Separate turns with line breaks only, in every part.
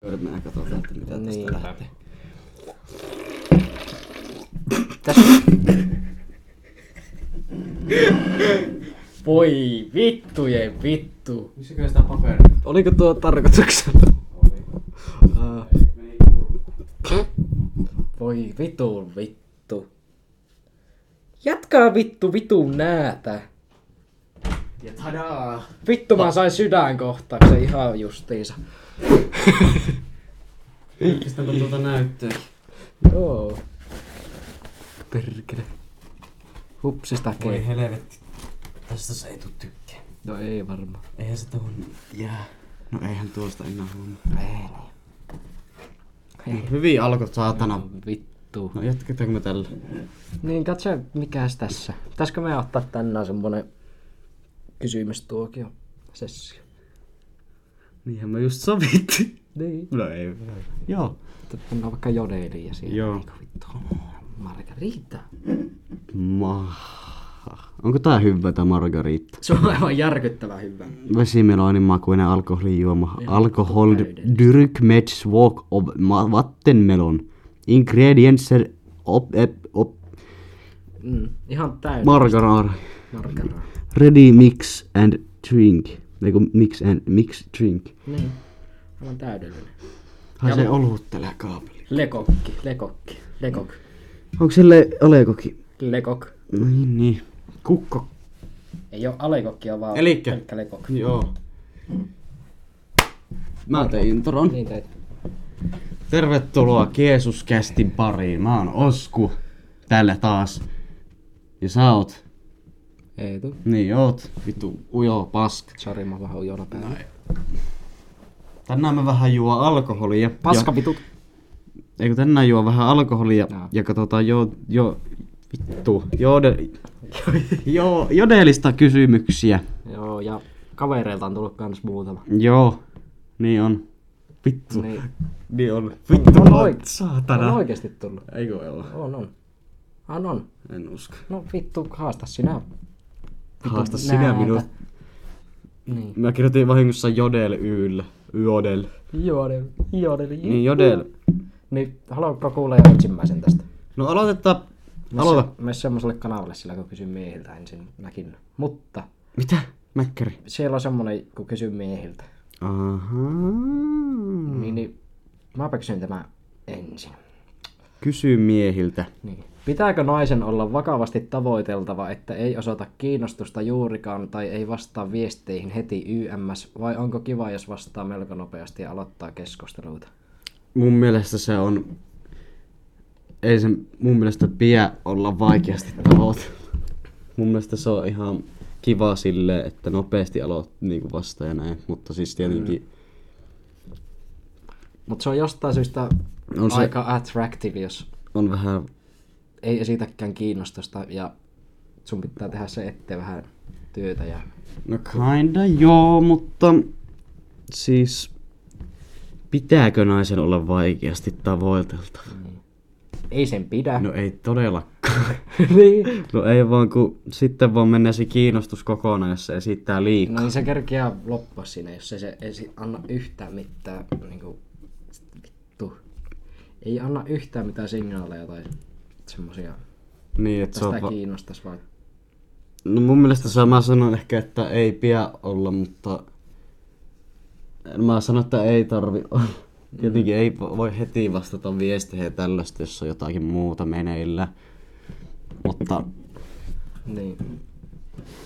Törmää, katsotaan, että mitä tästä
Niin.
lähtee.
Tässä... Voi vittujen vittu.
Missäköhän sitä paperia
Oliko tuo tarkoituksella?
oli?
Ah,
Ei, meni kurkkuun.
Voi vitu vittu. Jatkaa vittu vitu näätä.
Ja tadaa!
Vittu mä sain sydänkohtauksen ihan justiinsa.
Niin.
Pistäpä tuota näyttöä.
Joo.
perkele. Hupsista
Voi
kei.
helvetti. Tästä sä ei tuu tykkää.
No ei varmaan.
Eihän sitä voi jää.
No eihän tuosta enää huomaa. Ei niin. Ei. Hyvin alkoi saatana.
Vittu.
No jatketaanko me tällä?
Niin katso, mikäs tässä. Pitäisikö me ottaa tänään semmonen kysymystuokio sessio?
Niinhän me just sovittiin.
Niin.
No ei. Joo.
Sitten pannaan vaikka jodeliin ja siihen.
Joo.
Eiku vittu. Margarita.
Ma. Onko tää hyvä tää margarita?
Se on aivan järkyttävän hyvä.
Vesimelonin makuinen alkoholijuoma. Alkohol
täydellinen.
Dyrkmed Swak of ma- Vattenmelon. Ingredienser op, ep, op,
Mm, ihan täynnä.
margarar.
Margaraa.
Ready mix and drink. Eiku mix and mix drink.
Niin. Aivan täydellinen.
Ai se olut tällä kaapeli.
Lekokki, lekokki, lekok,
Onko sille alekoki?
lekok.
No niin, niin. Kukko.
Ei oo alekokkia vaan
Elikkä.
pelkkä lekok.
Joo. Mä tein intron.
Niin teit.
Tervetuloa Jeesuskästin pariin. Mä oon Osku. Täällä taas. Ja sä oot.
Eetu.
Niin oot. Vittu ujo paska.
Sori, mä oon vähän ujona päällä.
Tänään mä vähän juo alkoholia.
Paska vitut.
Ja, eikö tänään juo vähän alkoholia
Joo.
ja katsotaan jo, jo vittu. Jode, jo, jodelista kysymyksiä.
Joo, ja kavereilta on tullut kans muutama.
Joo. Niin on. Vittu.
Niin.
Niin on. Vittu.
On
mä oon-
oike-
Saatana.
On oikeesti tullut.
Eikö ole?
On, on. On, on.
En usko.
No vittu, haasta sinä.
Haasta
Vittu
sinä
näätä.
minut.
Niin.
Mä kirjoitin vahingossa Jodel Yllä. Jodel.
Jodel, jodel, jodel.
Niin Jodel.
Niin, haluatko kuulla jo ensimmäisen tästä?
No aloitetaan.
No
Aloita.
Myös semmoiselle kanavalle sillä, kun kysyn miehiltä ensinnäkin. Mutta
Mitä? Mäkkäri.
siellä on semmonen, kun kysyn miehiltä.
Aha. Mm.
Niin, niin mäpä kysyn tämä ensin.
Kysy miehiltä.
Niin. Pitääkö naisen olla vakavasti tavoiteltava, että ei osoita kiinnostusta juurikaan tai ei vastaa viesteihin heti YMS, vai onko kiva, jos vastaa melko nopeasti ja aloittaa keskusteluita?
Mun mielestä se on... Ei se mun mielestä pidä olla vaikeasti tavoite. Mun mielestä se on ihan kiva sille, että nopeasti aloit niinku vasta ja näin. Mutta siis tietenkin...
Mutta se on jostain syystä
On
on
se-
aika attractive, jos
On vähän...
ei esitäkään kiinnostusta ja sun pitää tehdä se eteen vähän työtä ja
No kinda joo, mutta... Siis... Pitääkö naisen olla vaikeasti tavoiteltava?
ei sen pidä.
No ei todellakaan.
niin.
No ei vaan, kun sitten vaan menee se kiinnostus kokonaan, jos se esittää liikaa.
No niin se kerkeää loppua siinä, jos ei se ei si- anna yhtään mitään, niinku, vittu. Ei anna yhtään mitään signaaleja tai semmosia,
Niin, että se
että
on
sitä
va-
kiinnostas vaan.
No mun mielestä se, mä sanon ehkä, että ei pidä olla, mutta... Mä sanon, että ei tarvi olla.
Mm.
Jotenkin ei vo- voi heti vastata viesteihin ja tällaista, jos on jotakin muuta meneillä. Mutta
Niin.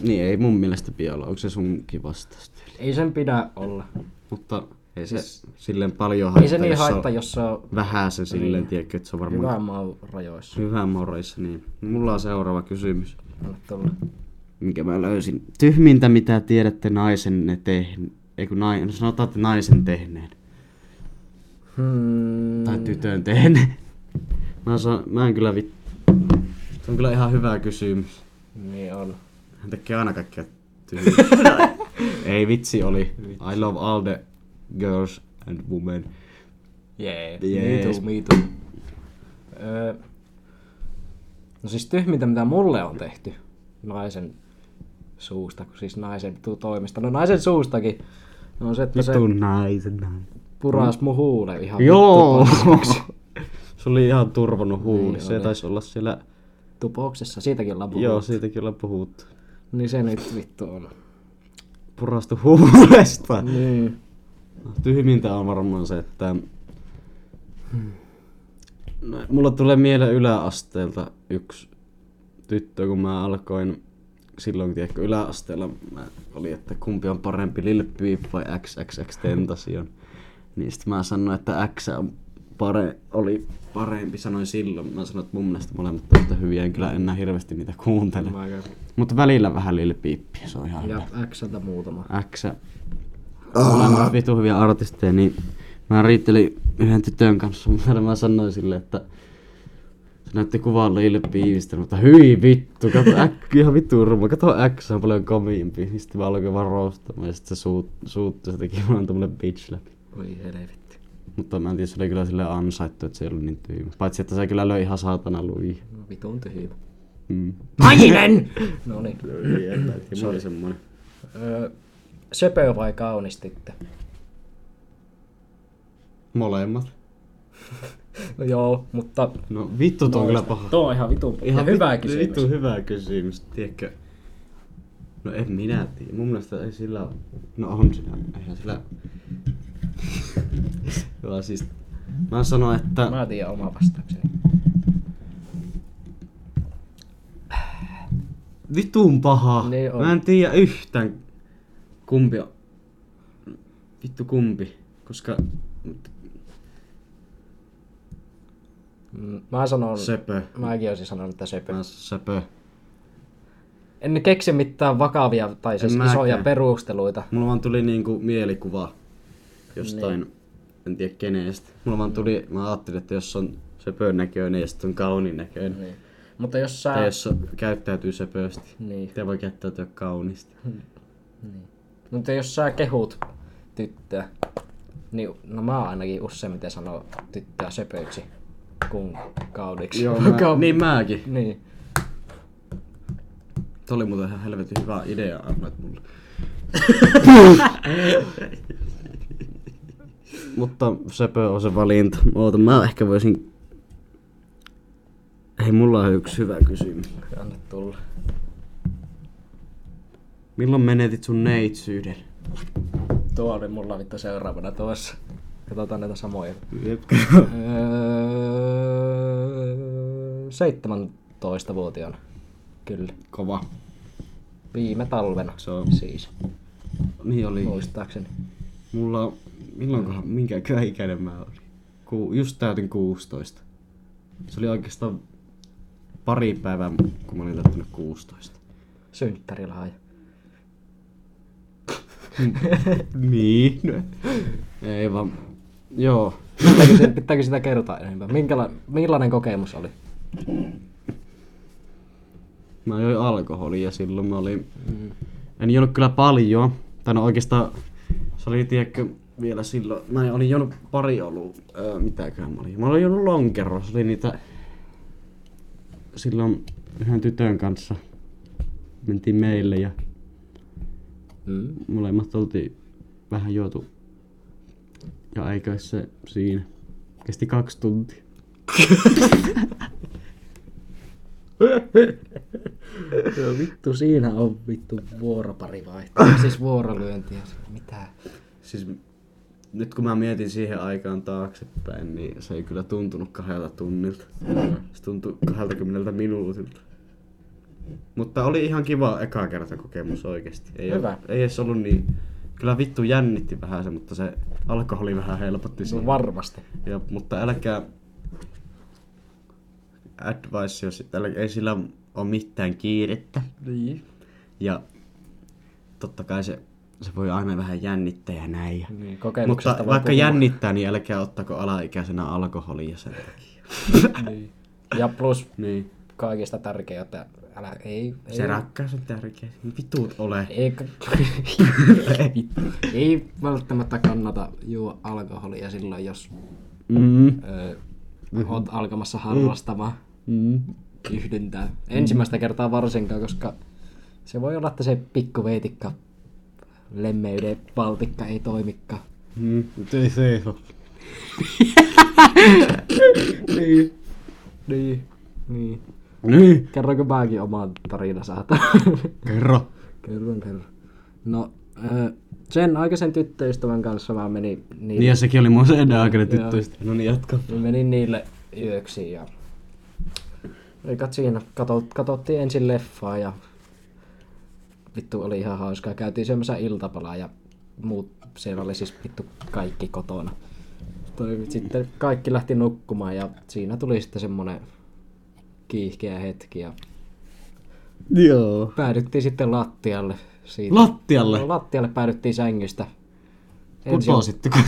niin ei mun mielestä pidä olla. Onko se sunkin vastaustyyli?
Ei sen pidä olla.
Mutta ei se silleen paljon
Siis- Ei se niin
jos on
haittaa, Niin. jos se on
Vähän se silleen, tiedätkö, että se on varmaan
hyvän maun rajoissa.
Hyvä morjens, niin mulla on seuraava kysymys,
Anna tulla.
minkä mä löysin. Tyhmintä, mitä tiedätte naisenne tehneen, ei kun nainen, sanotaan, että naisen tehneen,
Hmm.
tai tytön tehneen. Mä, saan, mä en kyllä vit... Se on kyllä ihan hyvä kysymys.
Niin on.
Hän tekee aina kaikkea tyhmiä. ei vitsi oli. I love all the girls and women.
Jee.
Jees.
Me too, me too. Öö, no siis tyhmintä, mitä mulle on tehty naisen suusta, kun siis naisen tu- toimesta. No naisen suustakin. No on se, että se,
Vittu naisen nainen.
puras mun huule ihan
Joo!
vittu paskaksi.
Se oli ihan turvonnut huuli.
Niin
se
oli.
taisi olla siellä...
Tupoksessa, siitäkin ollaan puhuttu.
Joo, siitä kyllä puhuttu.
Niin se nyt vittu on.
Purastu huulesta.
Niin.
Tyhmintä on varmaan se, että... No, Mulla tulee mieleen yläasteelta yksi tyttö, kun mä alkoin silloin, tiedätkö, yläasteella mä oli, että kumpi on parempi, Lil Peep vai XXX Tentacion. Niin sit mä sanoin, että X on pare, oli parempi, sanoin silloin. Mä sanoin, että mun mielestä molemmat on yhtä hyviä, en kyllä enää hirveästi niitä kuuntele.
Mä käyn.
Mutta välillä vähän Lil Peeppiä, se on ihan hyvä.
Oh Ja Xltä muutama.
X. Molemmat vitu hyviä artisteja, niin mä riittelin yhden tytön kanssa, mutta mä sanoin sille, että se näytti kuvaa Lil Peepistä, mutta hyi vittu, kato X, ihan vittu urma, kato X on paljon komiimpi. Niin Sitten mä aloin vaan roustamaan ja sitten se suut, suuttui, se teki vaan tommonen bitch läpi.
Oi helvetti.
Mutta mä en tiedä, se oli kyllä sille ansaittu, että se ei ollut niin tyhmä. Paitsi, että se kyllä löi ihan saatana lui.
No, Vitun tyhjä.
Mm.
Majinen! no niin.
Se oli semmonen.
Öö, söpö vai kaunis tyttö?
Molemmat.
No joo, mutta...
No vittu, tuo on kyllä paha.
Tuo on ihan vitun ihan hyvä
vittu-
kysymys.
Vittu No, hyvä kysymys, tiedätkö? No en minä tiedä. Mun mielestä ei sillä ole. No on sillä. Eihän sillä... Vaan siis... Mä sanon, että...
Mä tiedän oma vastaukseni.
Vitun paha.
Niin on.
Mä en tiedä yhtään kumpi on. Vittu kumpi. Koska
Mm, Mä sanon...
söpö.
Mäkin olisin sanonut, että söpö.
Mä söpö.
En keksi mitään vakavia tai siis
En
isoja
mäkään.
perusteluita.
Mulla vaan tuli niinku mielikuva jostain, niin. en tiedä kenestä. Mulla vaan tuli, mä ajattelin, että jos on söpön näköinen ja sitten on kaunin näköinen.
Niin. Mutta jos sä...
Tai jos se käyttäytyy söpösti.
Niin.
Te voi käyttäytyä kauniisti.
Mutta jos sä kehut tyttöä, niin no mä ainakin useimmiten sanon tyttöä söpöiksi kuin kaudiksi.
mä, niin mäkin.
niin.
Tuo oli muuten ihan helvetin hyvä idea, annoit mulle. Mutta söpö on se valinta. Oota, mä ehkä voisin... Hei, mulla on yksi hyvä kysymys.
Anna tulla.
Milloin menetit sun neitsyyden?
Tuo oli mulla vittu seuraavana tuossa. Katsotaan näitä samoja.
Jep.
Öö, 17-vuotiaana. Kyllä.
Kova.
Viime talvena.
Se on-
Siis,
Niin oli.
muistaakseni.
Mulla on... Milloinkohan, minkäkään ikäinen mä olin? Ku, just täytin 16. Se oli oikeastaan pari päivää, kun mä olin täyttänyt 16.
Synttärilahja.
niin. No. Ei vaan... Joo.
Pitääkö, se, pitääkö sitä kertoa enemmän? Minkäla, millainen kokemus oli?
Mä join alkoholia silloin, mä olin... En juonut kyllä paljon. Tai no oikeastaan... Se oli, tiedätkö, vielä silloin... Mä olin juonut pari ollut... Öö, mitäköhän mä olin? Mä olin juonut lonkerro. Se oli niitä... Silloin yhden tytön kanssa mentiin meille ja
Mm.
molemmat oltiin vähän juotu. Ja eikö se siinä. Kesti kaksi tuntia.
Vittu, siinä on vittu vuoropari vaihtoa. Siis vuorolyöntiä. Mitä?
Siis nyt kun mä mietin siihen aikaan taaksepäin, niin se ei kyllä tuntunut kahdelta tunnilta. Se tuntui 20 minuutilta. Mutta oli ihan kiva eka kerta kokemus oikeesti. Ei,
Hyvä.
oo- ei edes ollut niin... Kyllä vittu jännitti vähän se, mutta se alkoholi vähän helpotti
No
siinä.
varmasti.
Ja, mutta älkää advice, jos älä, ei sillä ole mitään kiirettä.
Niin.
Ja totta kai se, se voi aina vähän jännittää ja näin. Ja.
niin kokemuksesta
Mutta
voi
vaikka
puhua.
jännittää, niin älkää ottako alaikäisenä alkoholia sen takia.
Niin. Ja plus
Niin.
kaikista tärkeää, että älä, ei, ei,
Se rakkaus on tärkeä. Vitut ole.
ei, ei välttämättä kannata juo alkoholia silloin, jos
Mm.
ö, oot alkamassa harrastamaan
Mm.
Mm-hmm. yhdyntää. Ensimmäistä kertaa varsinkaan, koska se voi olla, että se pikku veitikka lemmeyden valtikka ei toimikaan.
Mm, nyt ei seiso.
niin. Niin. Niin.
Niin,
Kerroinko mäkin oman tarina saata?
kerro.
kerron, kerron. No, öö, sen aikaisen tyttöystävän kanssa mä menin, niille,
Niin ja sekin oli mun se edäaikainen tyttöistä. No niin, jatka.
mä menin niille yöksi ja eikä siinä kato, katsottiin ensin leffaa ja vittu oli ihan hauskaa. Käytiin syömässä iltapalaa ja muut, siellä oli siis vittu kaikki kotona. Toi, sitten kaikki lähti nukkumaan ja siinä tuli sitten semmonen kiihkeä hetki ja
Joo.
päädyttiin sitten lattialle. Siitä.
Lattialle?
No, lattialle päädyttiin sängystä. Ensin-
Putoositteko?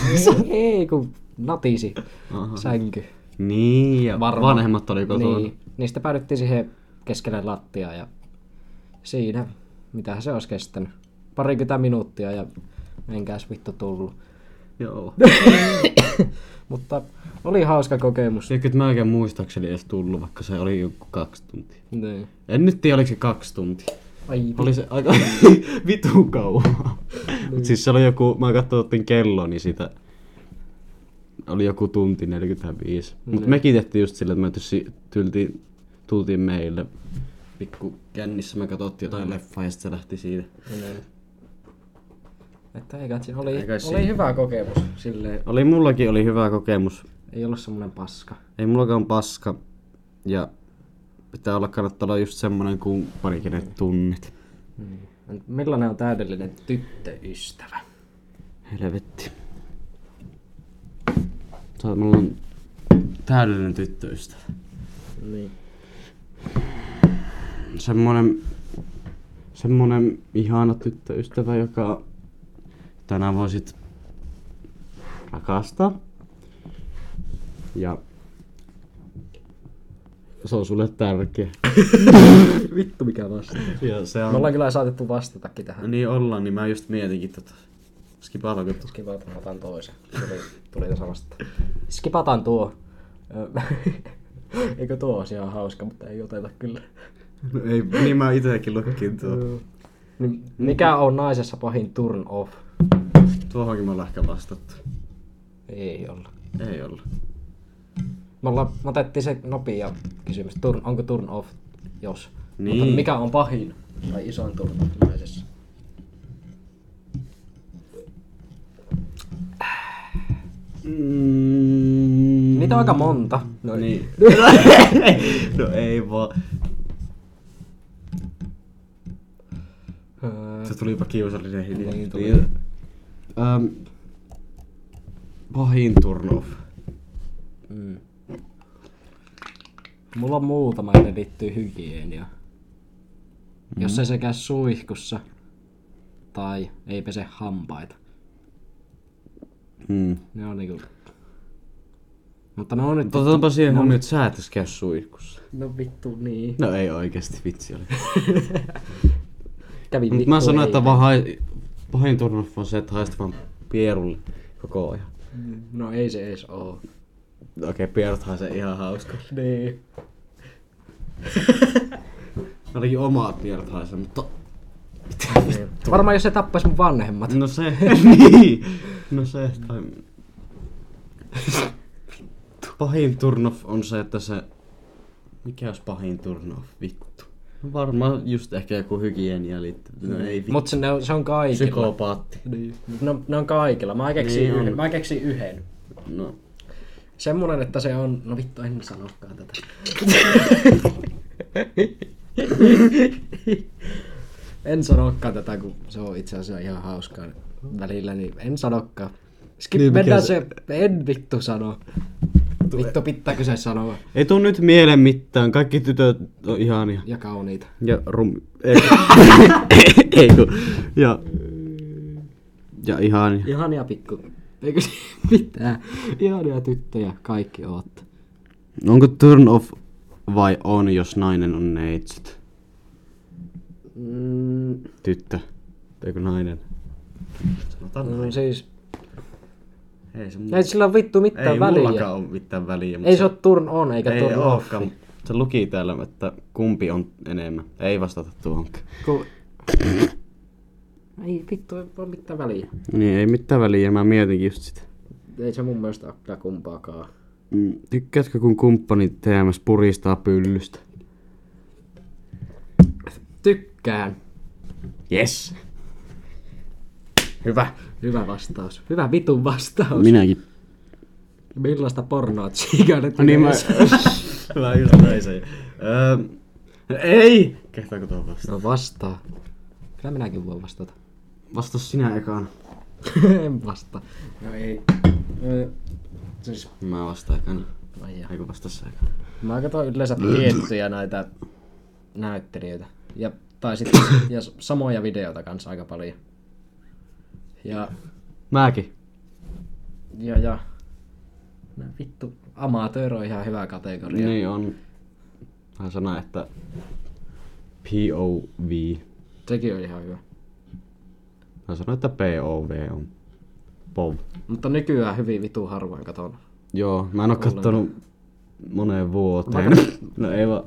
Ei, kun natisi sänky.
Niin, ja
Varmaan.
vanhemmat oli kotona.
Niin, niistä päädyttiin siihen keskelle lattiaa ja siinä, mitähän se olisi kestänyt, parikymmentä minuuttia ja enkäs vittu tullut.
Joo.
Mutta oli hauska kokemus.
Tiedätkö, että mä en muistaakseni edes tullut, vaikka se oli joku kaksi tuntia.
Niin.
En nyt tiedä, oliko se kaksi tuntia.
Ai,
Oli se aika vitu kauan. Mut siis se oli joku, mä katsoin kello, niin sitä oli joku tunti 45. Mut mekin tehtiin just sillä, että me tyssi, tyltiin, tultiin meille pikku kännissä, me katsottiin jotain leffaa ja sit se lähti siitä.
niin. Että ei katsi, oli,
Ei kai siinä.
oli hyvä kokemus. Silleen,
Oli mullakin oli hyvä kokemus.
ei ollut semmonen paska.
Ei mullakaan paska. Ja pitää olla kannattaa olla just semmonen kumppanikin ne tunnit.
Millainen on täydellinen tyttöystävä?
Helvetti. Sä oot mulla on täydellinen tyttöystävä.
Niin.
Semmonen, semmonen ihana tyttöystävä, joka tänään voisit rakastaa. Ja se on sulle tärkeä.
Vittu mikä vastaa.
Ja se
Me ollaan kyllä saatettu vastatakin tähän.
Niin ollaan, niin mä just mietinkin tota. Skipaatako tuossa?
Skipataan, otan toisen. Tuli, tuli tässä vasta. Skipataan tuo. Ö, Eikö tuo olisi ihan hauska, mutta ei oteta kyllä.
No ei, niin mä itekin lukkin tuo.
Niin, mikä on naisessa pahin turn off?
Tuohonkin me ollaan ehkä vastattu.
Ei olla.
Ei olla.
Me, ollaan, me otettiin se nopea kysymys. Turn, onko turn off? Jos.
Niin.
Mutta mikä on pahin tai isoin turn off naisessa?
Mm,
Niitä on aika monta. No
niin. no ei vaan.
Öö,
Se tulipa kiusallinen hiljaa.
Niin tuli.
Ähm, pahin turnoff.
mm. Mulla on muutama, ne liittyy hygieniaan.
Mm.
Jos ei se käy suihkussa tai ei pese hampaita.
Hmm.
Ne on niinku... Mutta ne on nyt...
Otetaanpa siihen huomioon, että sä et edes käy suihkussa.
No vittu niin.
No ei oikeesti, vitsi oli.
Kävi
Mut
vittu
mä sanoin,
ei.
että vaan hai, pahin turnoff on se, että haistat vaan pierulle koko ajan.
No ei se ees oo.
No Okei, okay, pieruthan se ihan hauska.
Niin.
Ainakin omat pieruthan se, mutta...
Varmaan jos se tappais mun vanhemmat.
No se, niin. No se, tai... Pahin turnoff on se, että se... Mikä olisi pahin turnoff, vittu? No varmaan just ehkä joku hygienia liittyy. No ei vittu.
Mut se, ne on, se on kaikilla.
Psykopaatti.
Niin. No, ne on kaikilla. Mä keksin
Niin
niin
on.
yhden. Mä keksin yhden.
No.
Semmonen, että se on... No vittu, en sanokaan tätä. en sanokaan tätä, kun se on itse asiassa ihan hauskaa välillä, niin en sanokaan. Skip,
Niin, mikä
niin, mennään
se-
se... En vittu sano. Vittu, pitääkö se sanoa?
Ei tuu nyt mieleen mitään. Kaikki tytöt on ihania.
Ja kauniita.
Ja rum... Ei, ei kun. Ja... Ja ihania.
Ihania pikku... Eikö se mitään? Ihania tyttöjä, kaikki oot.
Onko turn off vai on, jos nainen on neitsyt?
Mm,
Tyttö. Eikö nainen? Sanotaan
no siis...
Ei se mu-
Ei sillä ole vittu mitään
ei
väliä.
mullakaan ole mitään väliä. mut
Ei se ole turn on eikä
ei
turn off.
olekaan. mut Se luki täällä, että kumpi on enemmän. Ei vastata tuohon.
Kun... Ei vittu, ei ole mitään väliä.
Niin, ei mitään väliä, mä mietin just sitä.
Ei se mun mielestä ole kumpaakaan.
Mm, Tykkäätkö kun kumppani TMS puristaa pyllystä?
Tykkään.
Yes.
Hyvä. Hyvä vastaus. Hyvä vitun vastaus. Min-
Minäkin.
Millaista pornoa tsiikailet
No niin, mä...
yleensä?
mä just näin sen. Öö, ei! Kehtaako tuohon vastaan?
No vastaa. Kyllä minäkin voin vastata.
Vasta sinä ekaan.
en vastaa. No ei. Siis,
Mä vastaan ekaan.
ai jaa.
Eiku vastassa ekaan.
Mä katson yleensä tiettyjä näitä näyttelijöitä. Ja, tai sitten ja s- samoja videoita kanssa aika paljon. Ja,
Mäkin.
ja, ja. No vittu, amatööri on ihan hyvä kategoria.
Niin on. Mä sanon, että POV.
Sekin on ihan hyvä.
Mä sanon, että POV on. POV.
Mutta nykyään hyvin vitu harvoin katon.
Joo, mä en oo kattonut moneen vuoteen. No ei vaan.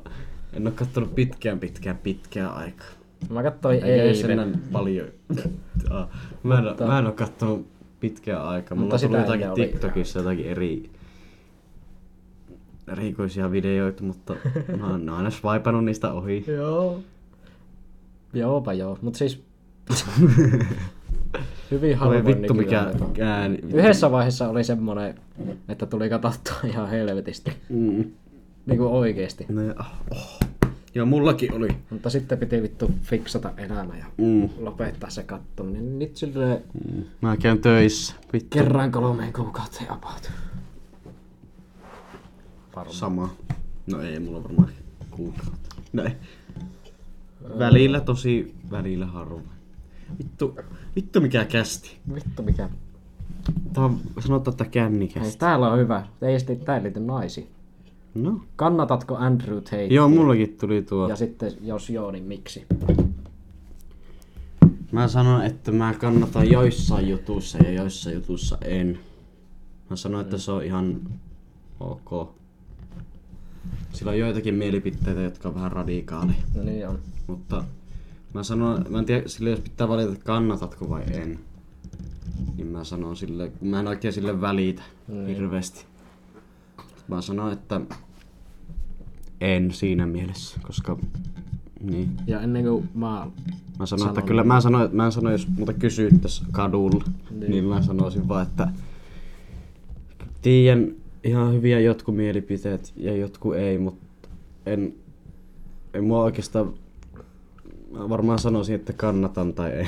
En oo kattonut pitkään pitkään pitkään aikaa.
Mä katsoin
Eikä ei,
eilen.
sen paljon. Ah, mä, en, oo- mä en oo kattonut pitkään aikaa. Mulla
Mutta
on tullut
sitä
jotakin
ennen oli-
TikTokissa jotakin eri erikoisia videoita, mutta mä oon aina swipannut niistä ohi.
Joo. Joopa joo, mut siis... hyvin
Voi
harvoin
vittu mikä
nykyään katon.
ääni.
Yhdessä vaiheessa oli semmonen, että tuli katsottua ihan helvetisti.
Mm.
Niinku oikeesti.
No ja, oh. Joo, mullakin oli.
Mutta sitten piti vittu fiksata elämä ja
Mm.
lopettaa se kattominen. Nyt sille
Mä käyn töissä. Vittu.
kerran kolmeen kuukauteen about.
Sama. No ei, mulla on varmaan kuukautta. Näin. Välillä tosi, välillä harvoin. Vittu, vittu mikä kästi.
Vittu mikä.
Tää on, sanotaan, että
Hei,
kännikästi.
täällä on hyvä. Ei sitten tää ei liity naisiin.
No.
Kannatatko Andrew Tate?
Joo, mullakin tuli tuo.
Ja sitten jos joo, niin miksi?
Mä sanon, että mä kannatan joissain jutuissa ja joissain jutuissa en. Mä sanon, että se on ihan ok. Sillä on joitakin mielipiteitä, jotka on vähän radikaaleja.
No niin on.
Mutta mä sanon, mä en tiedä, sille jos pitää valita, että kannatatko vai en. Niin mä sanon sille, kun mä en oikein sille välitä hirveästi. Mä sanon, että en siinä mielessä, koska niin.
Ja ennen kuin mä...
Mä sanon, niin. että kyllä mä sanon, mä en sano, jos muuta kysyttäis kadulla, niin. niin mä sanoisin vaan, että tiedän ihan hyviä jotkut mielipiteet ja jotkut ei, mutta en, en mua oikeastaan, mä varmaan sanoisin, että kannatan tai ei.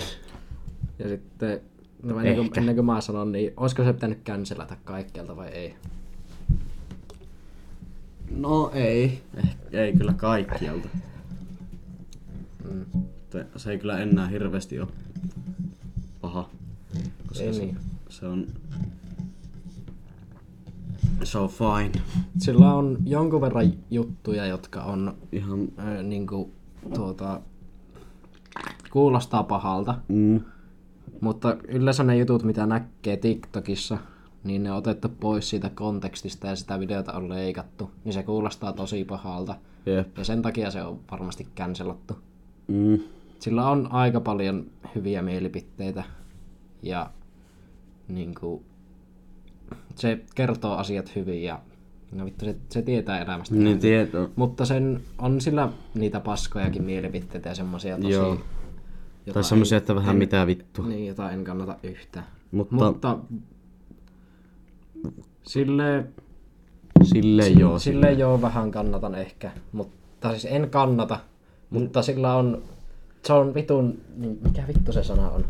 Ja sitten... No ennen kuin,
Ehkä.
ennen kuin mä sanon, niin olisiko se pitänyt cancelata kaikkialta vai ei?
No ei, eh, ei kyllä kaikkialta. Mm. Se ei kyllä enää hirveästi ole paha. Koska
Ei
se,
niin.
se on, se on fine.
Sillä on jonkun verran juttuja, jotka on
Ihan
ö, niinku, tuota, kuulostaa pahalta,
Mm.
mutta yleensä ne jutut, mitä näkee TikTokissa, niin ne on otettu pois siitä kontekstista ja sitä videota on leikattu, niin se kuulostaa tosi pahalta.
Jep.
Ja sen takia se on varmasti cancelattu.
Mm.
Sillä on aika paljon hyviä mielipiteitä ja niinku, se kertoo asiat hyvin ja no vittu, se, se tietää elämästä
Niin tieto.
Mutta sen on sillä niitä paskojakin mielipiteitä ja semmoisia tosi...
Joo.
Jota
Tai semmosia, että vähän mitä vittu.
en, niin, jota en kannata yhtään.
Mutta, Mutta
Mutta sille,
sille joo. Sille.
sille joo vähän kannatan ehkä, mutta siis en kannata,
Mm.
mutta sillä on, se on vitun, niin mikä vittu se sana on?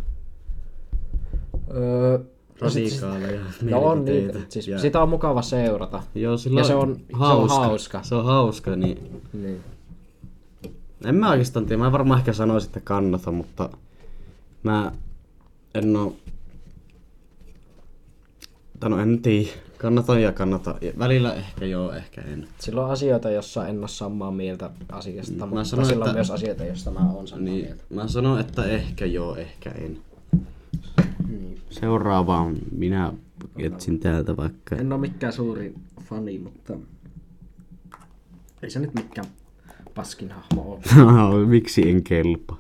Öö,
Radikaaleja
no on
mielipiteitä
niitä, siis
ja-
sitä on mukava seurata.
Joo, sillä
Ja se on- se on hauska.
Se on hauska, niin
Niin.
en mä oikeastaan tiedä. Mä varmaan ehkä sanoisin, että kannata, mutta mä en oo... Tai no en tiedä. Kannatan ja kannata. Ja Välillä ehkä joo, ehkä en.
Sillä on asioita, jossa en ole samaa mieltä asiasta, mutta
sanon,
sillä on
että-
myös asioita, joista mä oon samaa niin.
Niin,
mieltä.
mä sanon, että ehkä joo, ehkä en.
Niin.
Seuraavaan minä etsin täältä vaikka.
En ole mikään suuri fani, mutta ei se nyt mikään paskin hahmo ole.
Miksi en kelpa?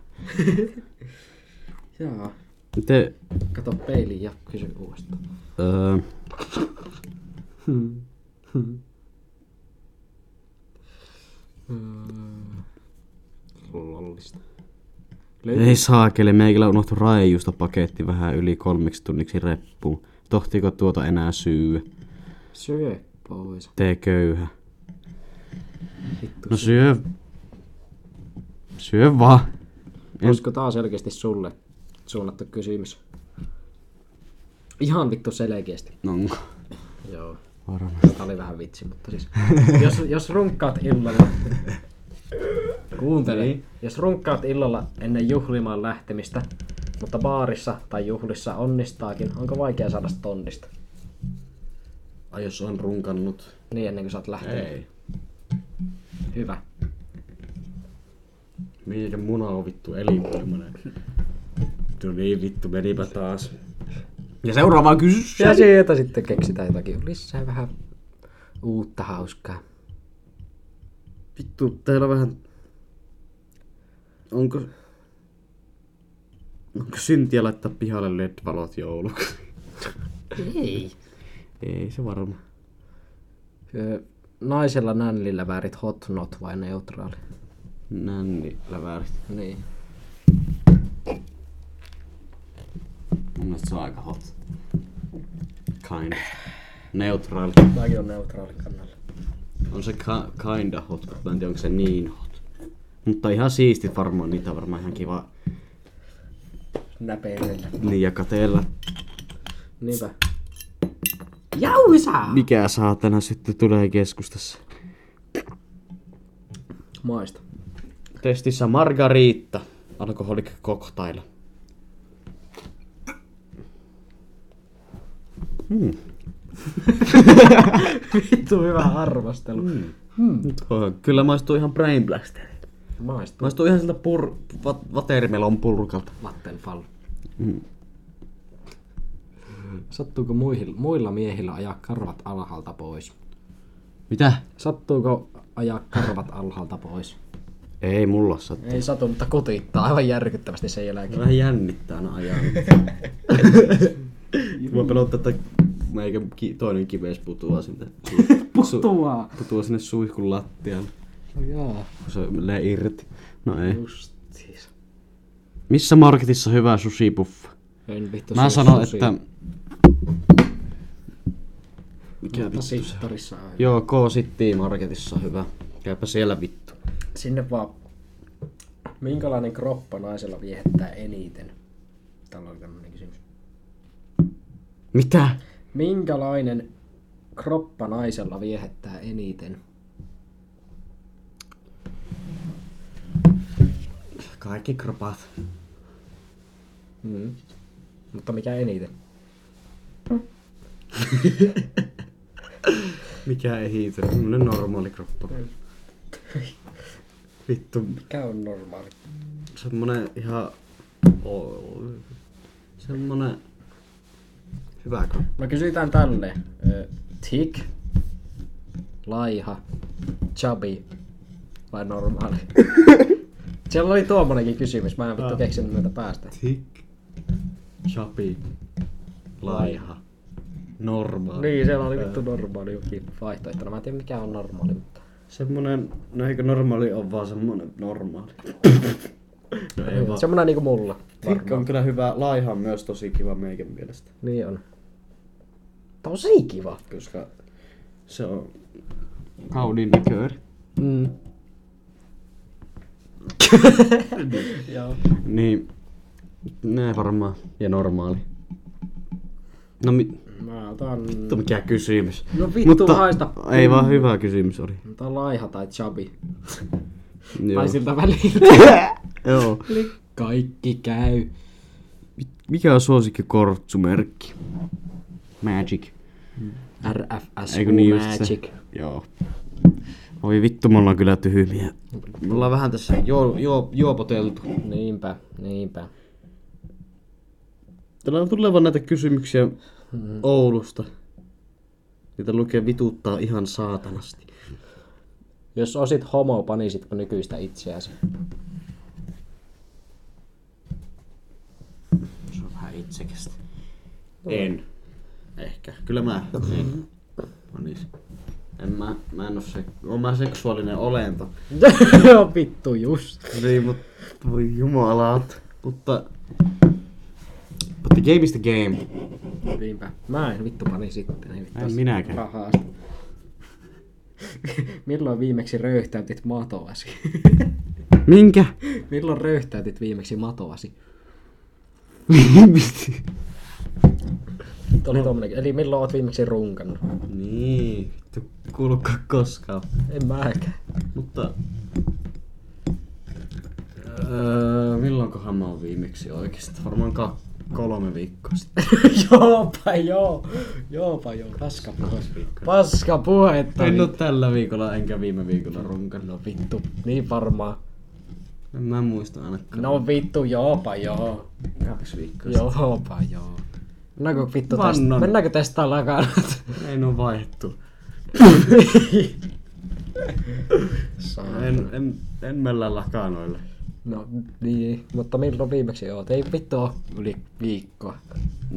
Jaa.
Miten...
Kato peiliin ja kysy uudestaan.
Öö,
Mm. Lollista.
ei saakeli, meikillä unohtu raijusta paketti vähän yli kolmeksi tunniksi reppuun. Tohtiko tuota enää syö?
Syö pois.
Tee köyhä.
Vittu.
No syö. Syö vaan. en-
Olisiko tää selkeästi sulle suunnattu kysymys? Ihan vittu selkeästi.
No onko?
Joo.
Varmaan.
Tää oli vähän vitsi, mutta siis... jos, jos runkkaat illalla... Kuuntele. Niin. Jos runkkaat illalla ennen juhlimaan lähtemistä, mutta baarissa tai juhlissa onnistaakin, onko vaikea saada tonnista?
Ai jos on runkannut.
Niin ennen kuin sä oot lähtenyt.
Ei.
Hyvä.
Mikä muna on vittu elinvoimainen. No niin vittu, menipä taas. Ja seuraava kysymys.
Ja sieltä sitten keksitään jotakin lisää vähän uutta hauskaa.
Vittu, teillä on vähän... Onko... Onko syntiä laittaa pihalle LED-valot jouluksi?
Ei.
Ei se varma.
Öö, naisella nännillä värit hot not vai neutraali?
Nänni lävärit.
Niin.
Mun mielestä se on aika hot. Kind. Neutraali.
Mäkin on neutraali kannalla.
On se ka- kinda hot, mutta mä en tiedä onko se niin hot. Mutta ihan siisti varmaan, niitä on varmaan ihan kiva
Näpeilyllä.
niin ja katella.
Niinpä. Jausa!
Mikä saatana sitten tulee keskustassa?
Maista.
Testissä margariitta, alkoholik cocktail.
Vittu hyvä arvostelu. Mm.
Tuo Kyllä maistuu ihan brain blaster.
Maista.
Maistuu ihan siltä pur... va- vatermelon purkalta.
Vattenfall.
Mm.
Sattuuko muihin, muilla miehillä ajaa karvat alhaalta pois?
Mitä?
Sattuuko ajaa karvat alhaalta pois?
Ei mulla saa.
Ei satu, mutta kotittaa aivan järkyttävästi sen jälkeen.
Vähän jännittää aina ajaa. Mä pelottaa, että meikä ki- toinen kives putoaa sinne.
Putoaa!
Putoaa sinne suihkun lattialle.
Joo.
kun Se menee irti. No ei.
Justiis.
Missä marketissa hyvä sushipuffa?
En vittu
Mä sanon, että... Mikä vittu?
Tasittorissa on.
Joo, K-City Marketissa on hyvä. Käypä siellä vittu.
Sinne vaan. Minkälainen kroppa naisella viehettää eniten? Tällä oli tämmönen kysymys.
Mitä?
Minkälainen kroppa naisella viehettää eniten?
Kaikki kropat.
Mm. Mutta mikä eniten?
Mikä ei hiitä. Tämmönen normaali kroppa. Vittu,
Mikä on normaali?
semmonen ihan... Oo, semmonen... Hyvä kroppa.
No kysytään tälleen. Ö, Thick, laiha, chubby vai normaali? Siellä oli tuommoinenkin kysymys, mä en vittu keksinyt näitä päästä.
Thick. Chapi. Laiha. Normaali.
Niin, siellä oli vittu normaali jokin vaihtoehtona. Mä en tiedä mikä on normaali, mutta...
Semmonen... No eikö normaali on vaan semmonen normaali? no ei vaan.
Semmoinen niinku mulla.
Thick on kyllä hyvä. Laiha on myös tosi kiva meikän mielestä.
Niin on. Tosi kiva.
koska se on kauniin näköinen.
Mm.
Niin, näin varmaan. Ja normaali. No mi-
Mä otan...
vittu mikä kysymys.
No vittu, haista.
Ei vaan hyvä kysymys oli.
Tää on laiha tai chubby.
Joo.
Tai siltä väliltä.
Joo.
Kaikki käy.
Mikä on suosikki kortsumerkki? Magic.
RFS
Eikö niin just se?
Magic.
Joo. Oi vittu, me ollaan kyllä tyhmiä. Me ollaan vähän tässä juo, juo, juopoteltu.
Niinpä, niinpä.
Täällä tulee vaan näitä kysymyksiä Oulusta. Niitä lukee vituttaa ihan saatanasti.
Jos osit homo, panisitko nykyistä itseäsi? Se on vähän
itsekästä. En. Ehkä. Kyllä mä. En. No niin. En mä, mä en oo se, oon mä seksuaalinen olento.
Joo, vittu just.
Niin, mut voi jumalaat. Mutta... But the game is the game.
Niinpä. Mä en vittu pani sitten. Ei vittu.
En minäkään.
Rahaa. Milloin viimeksi röyhtäytit matoasi?
Minkä?
Milloin röyhtäytit viimeksi matoasi? Tuo oli tommonen, eli milloin oot viimeksi runkannut?
niin, vittu, kuulukaan koskaan.
En mäkään.
Mutta... Öö, milloinkohan mä oon viimeksi oikeesti? Varmaan ka- kolme viikkoa sitten.
Joopa joo, joopa joo, paska puhe. no- Paska puhetta.
En oo tällä viikolla enkä viime viikolla runkannut.
No vittu, niin varmaan.
En mä muista ainakaan.
No vittu, joopa joo.
kaksi viikkoa
Joopa joo. Mennäänkö vittu tästä?
Vannon.
Mennäänkö tästä lakanat?
sitten. Ei oo vaihdettu. En, en, en mellä lakanoille.
No niin, mutta milloin viimeksi oot? Ei vittu oo yli viikkoa.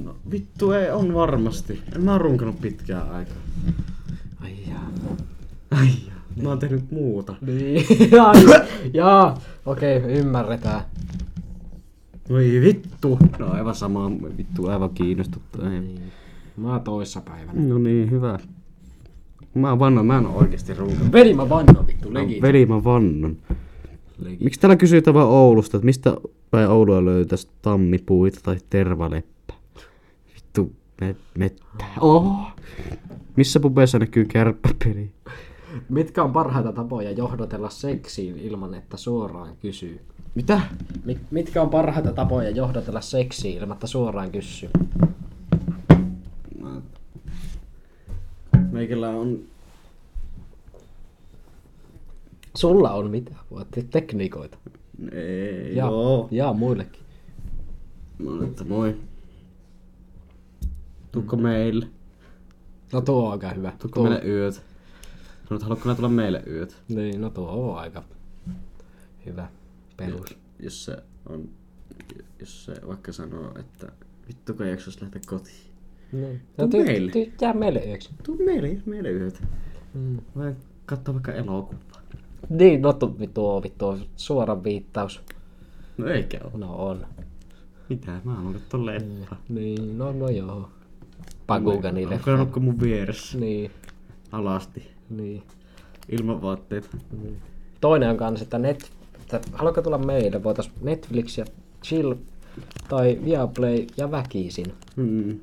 No vittu ei, on varmasti. En mä oon runkannut pitkään aikaa.
Ai jaa.
Ai jaa, mä oon tehnyt muuta.
Niin, ai, jaa. Okei, ymmärretään.
Voi vittu! No aivan sama, vittu aivan kiinnostutta. Ei.
Mä oon toissapäivänä.
No niin, hyvä. Mä vannon, mä en oo oikeesti runkannut.
Veli mä vannon vittu, legit.
Veli, mä vannon.
Legit.
Miksi täällä kysytään vaan Oulusta, että mistä päin Oulua löytäisi tammipuita tai tervaleppä? Vittu, me, mettä. Oh. Missä pubeissa näkyy kärppäpeli?
Mitkä on parhaita tapoja johdotella seksiin ilman, että suoraan kysyy?
Mitä?
Mit, mitkä on parhaita tapoja johdatella seksiin ilman, että suoraan kysyy?
Meikillä on...
Sulla on mitä? Voit te- tekniikoita.
Ei,
Ja,
joo.
ja muillekin.
Mä olen, että moi. Tuukko meille?
No tuo on aika hyvä.
Tuukko
Tuo-
meille yöt? Sanoit, että haluatko nää tulla meille yöt?
Niin, no tuo on aika hyvä perus.
Jos se on... Jos se vaikka sanoo, että vittu kun ei jaksas lähteä kotiin.
Niin.
Tuu
ty-
meille.
ty- jää meille yöksi.
Tuu meille, meille yöt.
Mm.
Vai katsoa vaikka elokuvaa.
Niin, no tu, tuo vittu on suora viittaus.
No eikä oo.
No on.
Mitä? Mä oon katso leffa.
Niin, no no joo. Paguganille.
Onko mun vieressä?
Niin,
Alasti.
niin.
Ilman vaatteita.
Toinen on kans, että, net, että haluatko tulla meille, voitais Netflix ja Chill tai Viaplay ja Väkisin.
Mm.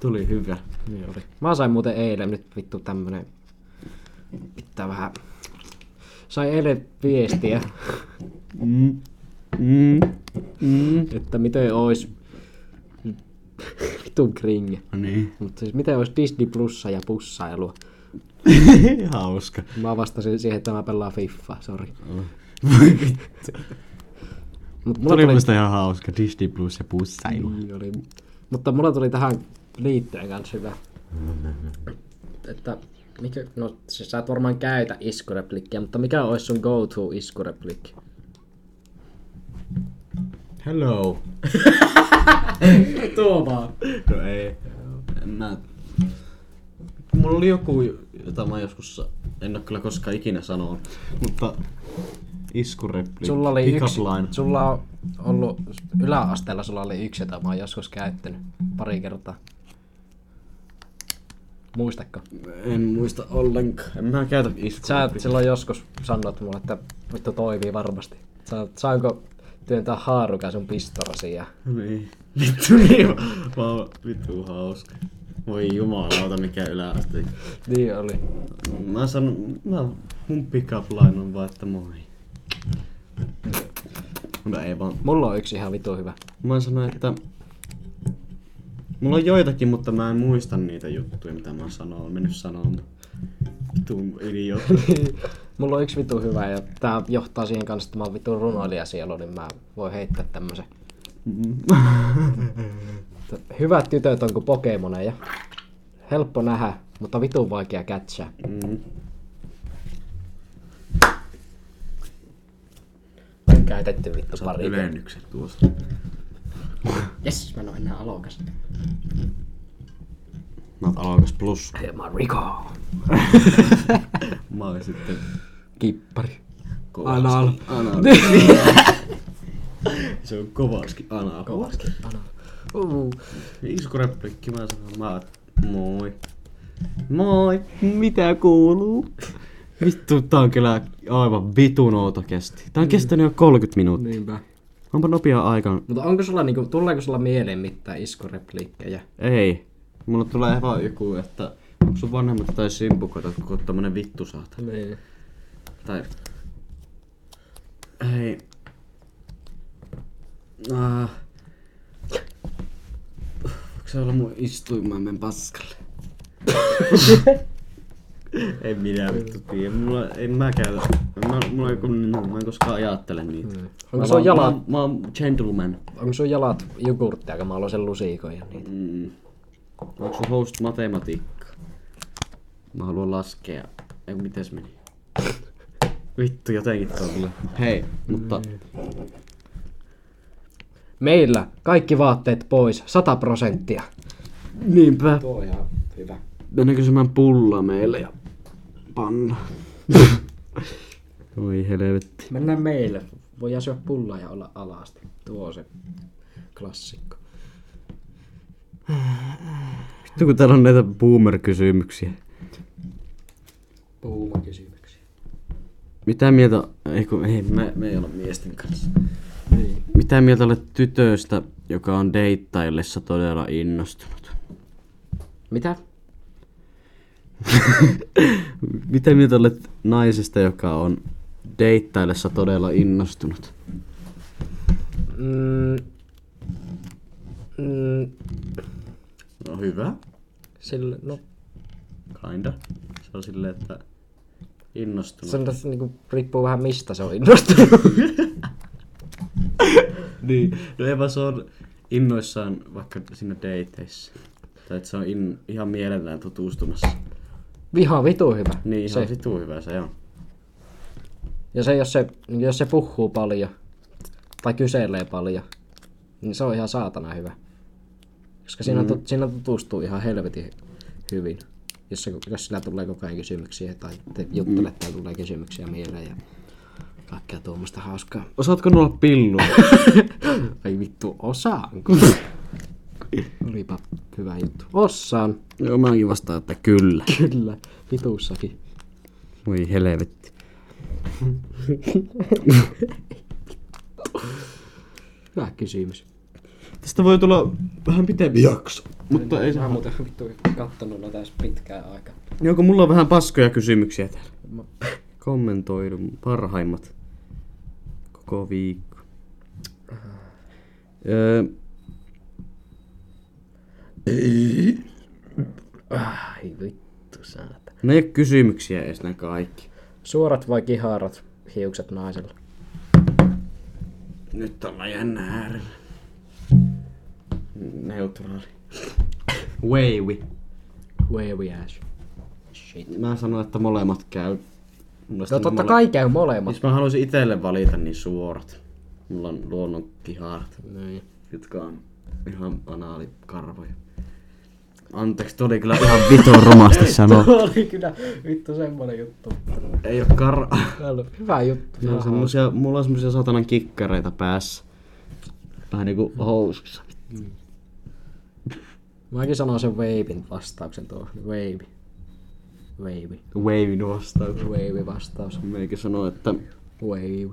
Tuli hyvä.
Niin oli. Mä sain muuten eilen nyt vittu tämmönen, pitää vähän, sain eilen viestiä,
Mm. Mm. Mm.
että miten ois, vittu kringe,
No niin.
mutta siis miten ois Disney Plussa ja pussailua.
Hauska.
Mä vastasin siihen, että mä pelaan FIFA, sori. Mut mulla
Tuli
tuli,
musta ihan hauska. Disney Plus ja pussailu.
Niin oli. Mutta mulla tuli tähän liittyen kanssa hyvä. Että mikä, no siis sä et varmaan käytä iskureplikkiä, mutta mikä olisi sun go-to iskureplikki?
Hello.
Tuo vaan.
No ei. En mä... Mulla oli joku, jota mä joskus... sa- En oo kyllä koskaan ikinä sanonut. Mutta... Iskurepli.
Sulla oli
Pick up
yksi,
line.
sulla on ollut, yläasteella sulla oli yksi, jota mä oon joskus käyttänyt pari kertaa. Muistatko?
En muista ollenkaan. En mä käytä
Sä
iskurepli.
silloin joskus sanot mulle, että vittu toimii varmasti. Sä, saanko työntää haarukan sun pistorasi ja
Niin. Vittu niin. Mä oon vittu hauska. Voi jumalauta mikä yläaste.
niin oli.
Mä sanon, mä, mun pick up line on vaan, että moi. No ei vaan.
Mulla on yksi ihan vitu hyvä.
Mä sanoin, että Mulla on joitakin, mutta mä en muista niitä juttuja, mitä mä sanon, on mennyt sanomaan. Vittu idiootti.
Mulla on yksi vitu hyvä ja tää johtaa siihen kanssa, että mä oon vitu runoilija sielu, niin mä voin heittää tämmösen. Mm-hmm. Että Hyvät tytöt on kuin pokemoneja. Helppo nähdä, mutta vitu vaikea kätsää.
Mm.
käytetty vittu pari.
Ylennykset tuosta.
Jes, mä en oo enää alokas.
Mä oot alokas plus.
Hei, mä oon Rico.
Mä oon sitten
Kippari.
kovasti.
Anal.
Anal. Se on kovasti anal.
Kovasti. Ano. Uu.
Isku replikki, mä sanon, mä oot, moi. Moi, mitä kuuluu? Vittu, tää on kyllä aivan vitun outo kesti. Tää on kestänyt jo 30 minuuttia.
Niinpä.
Onpa nopea aika.
Mutta onko sulla niinku, tuleeko sulla mieleen mitään iskurepliikkejä?
Ei. Mulla tulee vaan joku, että onko sun vanhemmat tai simpukot, kun oot tämmönen vittu saata.
Niin.
Tai... Hei. Ah. Voiko se olla mun istuimaa men paskalle? en minä vittu tiedä. Mulla, en mä käy. Mä, mulla ei kun, no, mä en koskaan ajattele niitä. Mm.
Onko sun jalat,
Mä, mä oon gentleman.
onko sun jalat jogurttia, kun mä aloin sen lusikon ja niitä?
Mm. Onko sun host matematiikka? Mä haluan laskea. Ei kun miten se meni? Vittu jotenkin tuo tulee. Hei, mutta
Meillä kaikki vaatteet pois, 100 prosenttia.
niinpä.
Tuo on ihan hyvä.
Mennään kysymään pulla meille ja panna. Oi helvetti.
Mennään meille. Voidaan syödä pullaa ja olla alasti. Tuo on se klassikko.
Vittu kun täällä on näitä boomer-kysymyksiä.
Puhuma kysymyksiä.
Mitä mieltä... Ei kun ei, me, me ei olla miesten kanssa.
Niin.
Mitä mieltä olet tytöstä, joka on deittaillessa todella innostunut?
Mitä?
Mitä mieltä olet naisesta, joka on deittaillessa todella innostunut?
Mm, mm,
No hyvä.
sillä, no,
Kinda. Se on silleen, että innostunut.
sanotaan, että niinku, riippuu vähän mistä se on innostunut.
Niin. No eipä se on innoissaan vaikka siinä dateissä. Tai että se on in, ihan mielellään tutustumassa.
Viha vitu hyvä.
Niin ihan
se.
vitu hyvä se on.
Ja se, jos se, jos se puhuu paljon, tai kyselee paljon, niin se on ihan saatana hyvä. Koska siinä, tu, siinä tutustuu ihan helvetin hyvin. Jos, se, jos sillä tulee koko ajan kysymyksiä, tai te juttelette ja tulee kysymyksiä mieleen ja kaikkea tuommoista hauskaa.
Osaatko nuolla pillu?
Ai vittu, osaanko? Olipa hyvä juttu. Osaan.
Joo, No, mäkin vastaan, että kyllä.
Kyllä, vitussakin.
Voi helvetti.
Hyvä kysymys.
Tästä voi tulla vähän pitempi jakso. Mutta ei se...
Mä oon muuten vittu kattonut noita edes pitkään aikaa.
Joo, kun mulla on vähän paskoja kysymyksiä täällä. Kommentoidu parhaimmat. Koko viikko. Öö,
Ai vittu saata.
ne no ei ole kysymyksiä edes nämä kaikki.
Suorat vai kiharat hiukset naisella?
Nyt ollaan jännä äärellä. Neutraali. Wavy.
Wavy ass. Shit.
Mä sanon, että molemmat käy. Mulla
No
sitten
totta
mole-
kai käy molemmat.
Siis mä haluaisin itelle valita niin suorat. Mulla on luonnon kiharat,
Niin.
jotka on ihan anaalikarvoja. Anteeksi, toi oli kyllä ihan vitun rumasti sanoa.
oli kyllä vittu semmonen juttu.
Ei oo kar...
Tää on Hyvä juttu.
No, semmosia, mulla on semmosia satanan kikkareita päässä. Vähän niinku housuissa.
Mäkin sanon sen veipin vastauksen tuohon. Veivi. Veivi.
Wavin vastaus.
Veivi vastaus.
Meikä sanoo, että
Veivi.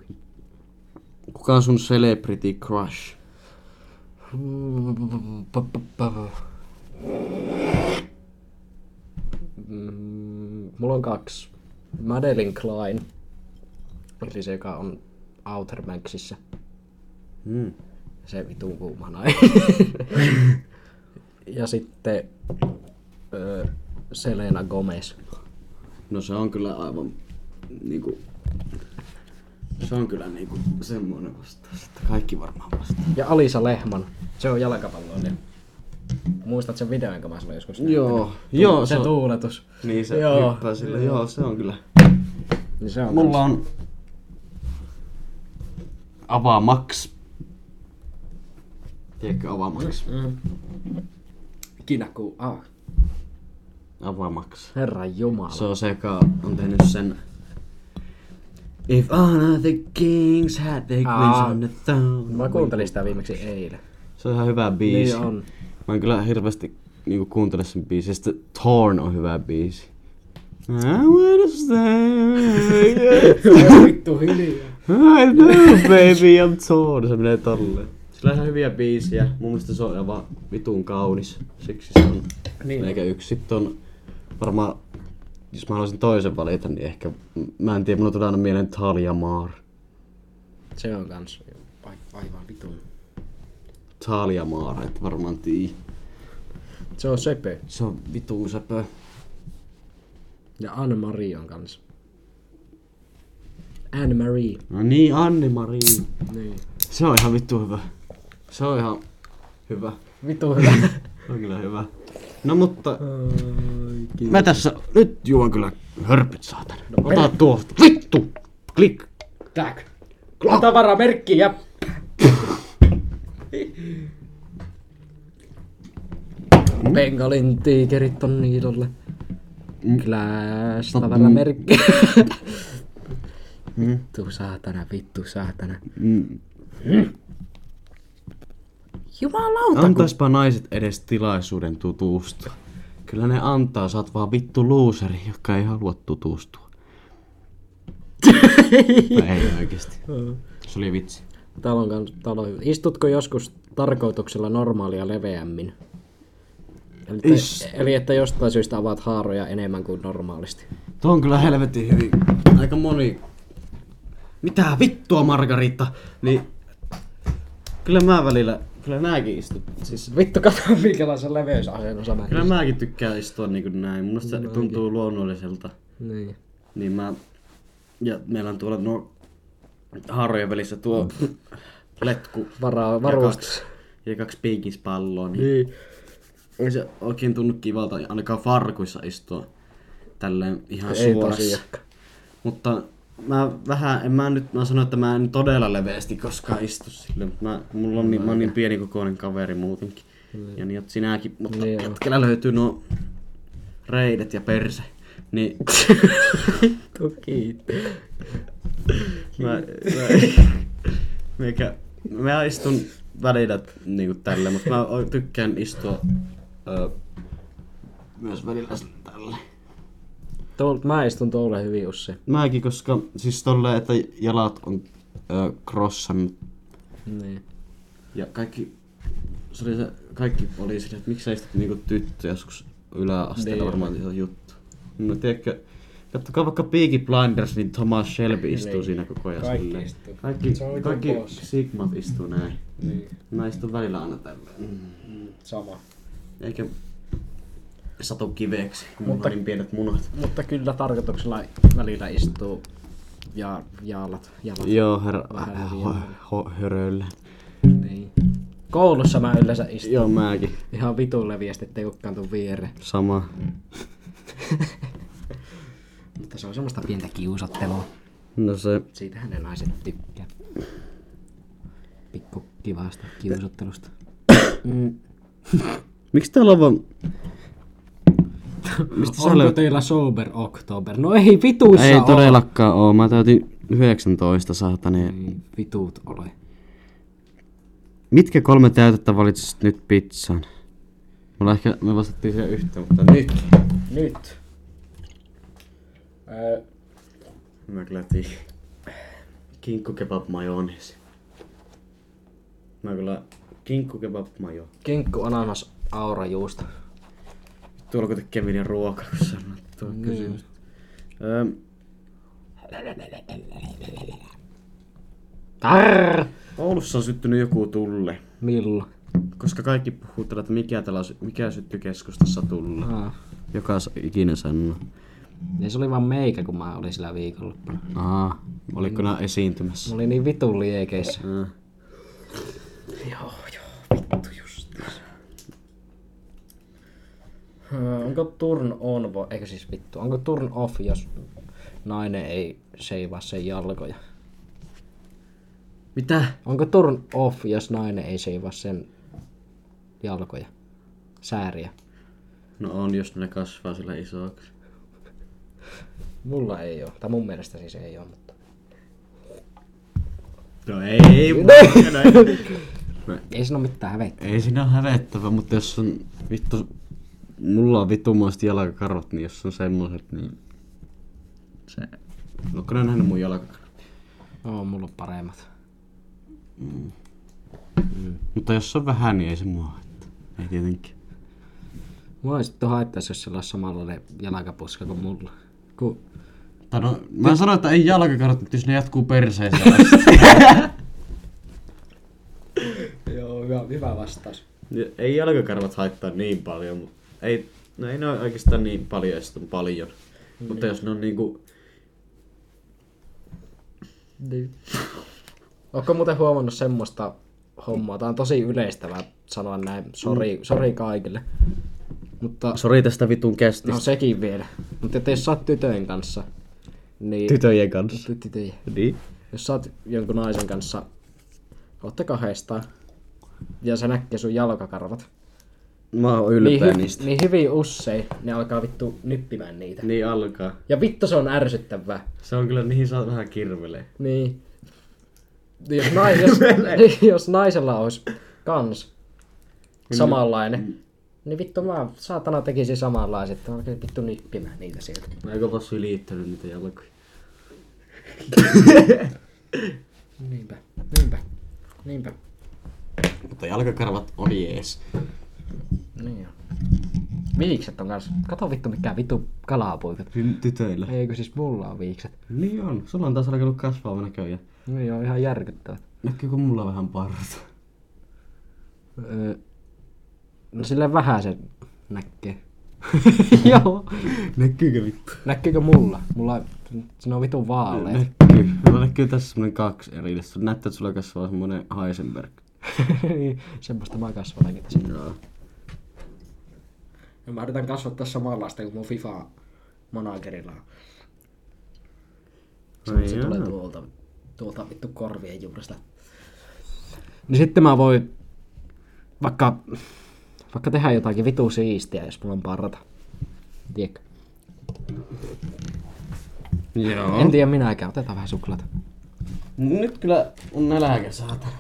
kuka on sun celebrity crush?
Mm, Mulla on kaksi. Madeline Klein. Eli se, joka on Outer Banksissa.
Mm.
Se vitun kuuma nainen. ja sitten öö, Selena Gomez.
No se on kyllä aivan niinku... Se on kyllä niinku semmonen vastaus, että kaikki varmaan vastaa.
Ja Alisa Lehman. Se on jalkapalloilija. Muistat sen videon, jonka mä sulle joskus näytin?
Mm. Joo, joo,
se,
se,
se
on-
tuuletus.
Niin se
Joo.
joo. hyppää sille, joo. se on kyllä.
Niin se on
Mulla on... avaamaksi. Tiedätkö avaamaksi?
Mm. Kinaku A.
Avaamaksi.
Herra Jumala.
Se on se, joka on tehnyt sen If all of the kings had their queens
Aa.
on the throne
Mä kuuntelin sitä viimeksi eilen.
Se on ihan hyvä biisi.
Niin on.
Mä en kyllä hirveästi niinku kuuntele sen biisiä. Sitten Torn on hyvä biisi. I wanna stay.
Vittu hiljaa.
I know baby I'm torn. Niin. Se menee tolleen. Sillä on ihan hyviä biisiä. Mun mielestä se on aivan vitun kaunis. Siksi se on niin. eikä yksi. Sitten on varmaan, jos mä haluaisin toisen valita, niin ehkä, mä en tiedä, mulla tulee aina mieleen Talia Maar.
Se on kans ai- aivan vitun.
Talia Maar, et varmaan tii.
Se on Sepö.
Se on vitun söpö.
Ja Anne-Marie on kans. Anne-Marie.
No niin, Anne-Marie.
Niin.
Se on ihan vittu hyvä. Se on ihan hyvä.
Vitu hyvä.
Se on kyllä hyvä. No mutta... Mä tässä No, nyt juon kyllä hörpyt saatana. Ota tuosta. Vittu! Klik!
Tak. Tavaramerkki ja... Bengalin tiikerit on niidolle. Clash, tavaramerkki. Vittu saatana, vittu saatana. Jumalauta kun...
Antaispa naiset edes tilaisuuden tutustua. Kyllä ne antaa, sä oot vaan vittu looseri, joka ei halua tutustua. Tai ei oikeesti. Se oli vitsi.
Talon kanssa, talo. Istutko joskus tarkoituksella normaalia leveämmin? Eli, että-
Ist-
eli että jostain syystä avaat haaroja enemmän kuin normaalisti.
Tuo on kyllä helvetin hyvin. Aika moni. Mitä vittua, Margarita? Niin... Kyllä mä välillä... Kyllä nääkin istut. Siis...
Vittu, kato minkälaisen leveysasennossa mä
Kyllä mäkin tykkään istua niinku näin. Mun mielestä se tuntuu luonnolliselta.
Niin.
Niin mä... Ja meillä on tuolla nuo... Harrojen välissä tuo... Letku.
Varaa,
Ja
varustus.
kaksi, ja kaksi piikispalloa. Niin...
Niin.
Ei se oikein tunnu kivalta ainakaan farkuissa istua tälleen ihan
Ei
suorassa.
tosiaankaan.
Mutta mä vähän, en mä nyt, mä sanon, että mä en todella leveästi koskaan istu sille. mutta Mä, mulla on niin, mä oon niin pieni kokoinen kaveri muutenkin. Ja niin oot sinäkin, mutta
Niin on.
jätkellä löytyy nuo reidet ja perse. Niin
Toki.
mä, mä, mikä, mä istun välillä niinku tälle, mutta mä o- tykkään istua ö, myös välillä tälle.
Tuol, mä istun tuolle hyvin Ussi.
Mäkin, koska siis tolleen, että jalat on ö, crossannut
Niin.
Ja kaikki, se oli se, kaikki oli sille, että miksei sitten niinku tyttö joskus yläasteella
Niin.
varmaan iso juttu. No tiedätkö, kattokaa vaikka Peaky Blinders, niin Thomas Shelby istuu siinä koko ajan.
Niin. Kaikki
silleen.
istuu.
Kaikki,
Se on vitun
kaikki
boss.
Sigmat istuu näin.
niin.
Mä istun välillä aina tälleen.
Sama.
Eikä satu kiveeksi, kun Mutta... on niin pienet munat.
Mutta kyllä tarkoituksella välillä istuu ja jaalat. jalat.
Joo, herra,
Vähän
ho, ho, höröllä.
Niin. Koulussa mä yleensä istun.
Joo, mäkin.
Ihan vitun leviästi, ettei kukaan tuu viereen.
Sama.
Mutta se on semmoista pientä kiusattelua.
No se,
Siitähän ne naiset tykkää. Pikku kivasta kiusottelusta. Mm.
miksi täällä on vaan... Mistä sä
Onko
löydät?
teillä sober oktober? No ei vituissa
Ei
oo.
todellakaan oo. Mä täytin 19 saataneen.
Ei vitut ole.
Mitkä kolme täytettä valitsisit nyt pizzan? Mulla ehkä, me vastattiin siihen yhteen, mutta nyt.
Nyt. Öö,
Mä kyllä tii. Kinkku kebab majoneesi. Mä kyllä kinkku kebab majo.
kinkku, ananas, aurajuusta.
Tuolla kun tekee mielen ruoka, kun sanot no tuo kysymys. Öö,
Arr!
Oulussa on syttynyt joku tulle.
Milloin?
Koska kaikki puhuu tällä, että mikä, täällä, on sy- mikä sytty keskustassa tulle.
Ah.
Joka s- ikinä sanoo.
Ja se oli vaan meikä, kun mä olin sillä viikonloppuna.
Aha, oliko nää esiintymässä?
Mä olin niin vitun liekeissä.
Mm.
Öö, onko turn on, vo- eikö siis vittu, onko turn off, jos nainen ei seivaa sen jalkoja?
Mitä?
Onko turn off, jos nainen ei seivaa sen jalkoja, sääriä?
No on, jos ne kasvaa sillä isoksi.
Mulla ei ole, tai mun mielestä siis ei ole, mutta...
No ei, no,
Ei siinä ole mitään hävettä.
ei siinä ole hävettävä, mutta jos on vittu... Mulla on vittumaiset jalkakarvat, niin jos on semmoset, niin... Se... No kun nähnyt mun jalkakarvat.
No, mulla on paremmat.
Mutta jos on vähän, niin ei se mua haittaa. Ei tietenkin.
Mua ei sitten haittaisi, jos sillä olisi samanlainen jalkapuska kuin mulla. Ku...
Tai no, mä sanoin, että ei jalkakarvat, mutta jos ne jatkuu perseeseen asti.
Joo, hyvä, hyvä vastaus.
ei jalkakarvat haittaa niin paljon, mutta ei, no ei ne ole oikeastaan niin paljon, ja sitten on paljon. Mutta jos ne on niinku...
Oletko Niin. muuten huomannut semmoista hommaa? Tämä on tosi yleistävää sanoa näin. Sori, sori kaikille. Mutta
Sori tästä vitun kästistä.
no sekin vielä. Mutta että jos sä oot tytöjen kanssa, niin...
Tytöjen kanssa.
Ty- tytöjen.
Niin.
Jos sä oot jonkun naisen kanssa, ootte kahdestaan, ja se näkee sun jalkakarvat.
Mä oon
Niin,
ylpeä niistä.
hy- niin hyvin usein ne alkaa vittu nyppimään niitä.
Niin alkaa.
Ja vittu se on ärsyttävää.
Se on kyllä, niihin saa vähän kirvelee.
Niin. Jos, nai, jos, niin, jos naisella olisi kans samanlainen, niin vittu mä saatana tekisin samanlaiset, että mä alkaisin vittu nyppimään niitä sieltä.
Mä eikö vaan sylittänyt niitä jalkoja.
Niinpä, niinpä, niinpä.
Mutta jalkakarvat on jees.
Niin joo. Viikset on kans, kato vittu mikä vittu kalapuikot.
Tytöillä.
Eikö siis mulla on viikset?
Niin on. Sulla on taas alkanut kasvaa näköjään.
No joo, ihan järkyttävä.
Näkyykö mulla vähän parta?
Öö, no sille vähän se näkee. joo.
Näkyykö vittu?
Näkyykö mulla? Mulla se on vittu vaaleet.
Näkyy. Mulla näkyy tässä semmonen kaksi erillistä. Näyttää, että sulla kasvaa semmonen Heisenberg.
Niin, Semmoista mä kasvatankin tässä.
Joo.
Ja No mä yritän kasvattaa samanlaista kuin mun FIFA managerilla.
No
Se tulee
joo.
tuolta, tuolta vittu korvien juuresta.
Niin sitten mä voin vaikka, vaikka tehdä jotakin vitu siistiä, jos mulla on parata. Tiedätkö?
Joo.
En tiedä minäkään, otetaan vähän suklaata.
Nyt kyllä on nälkä saatana.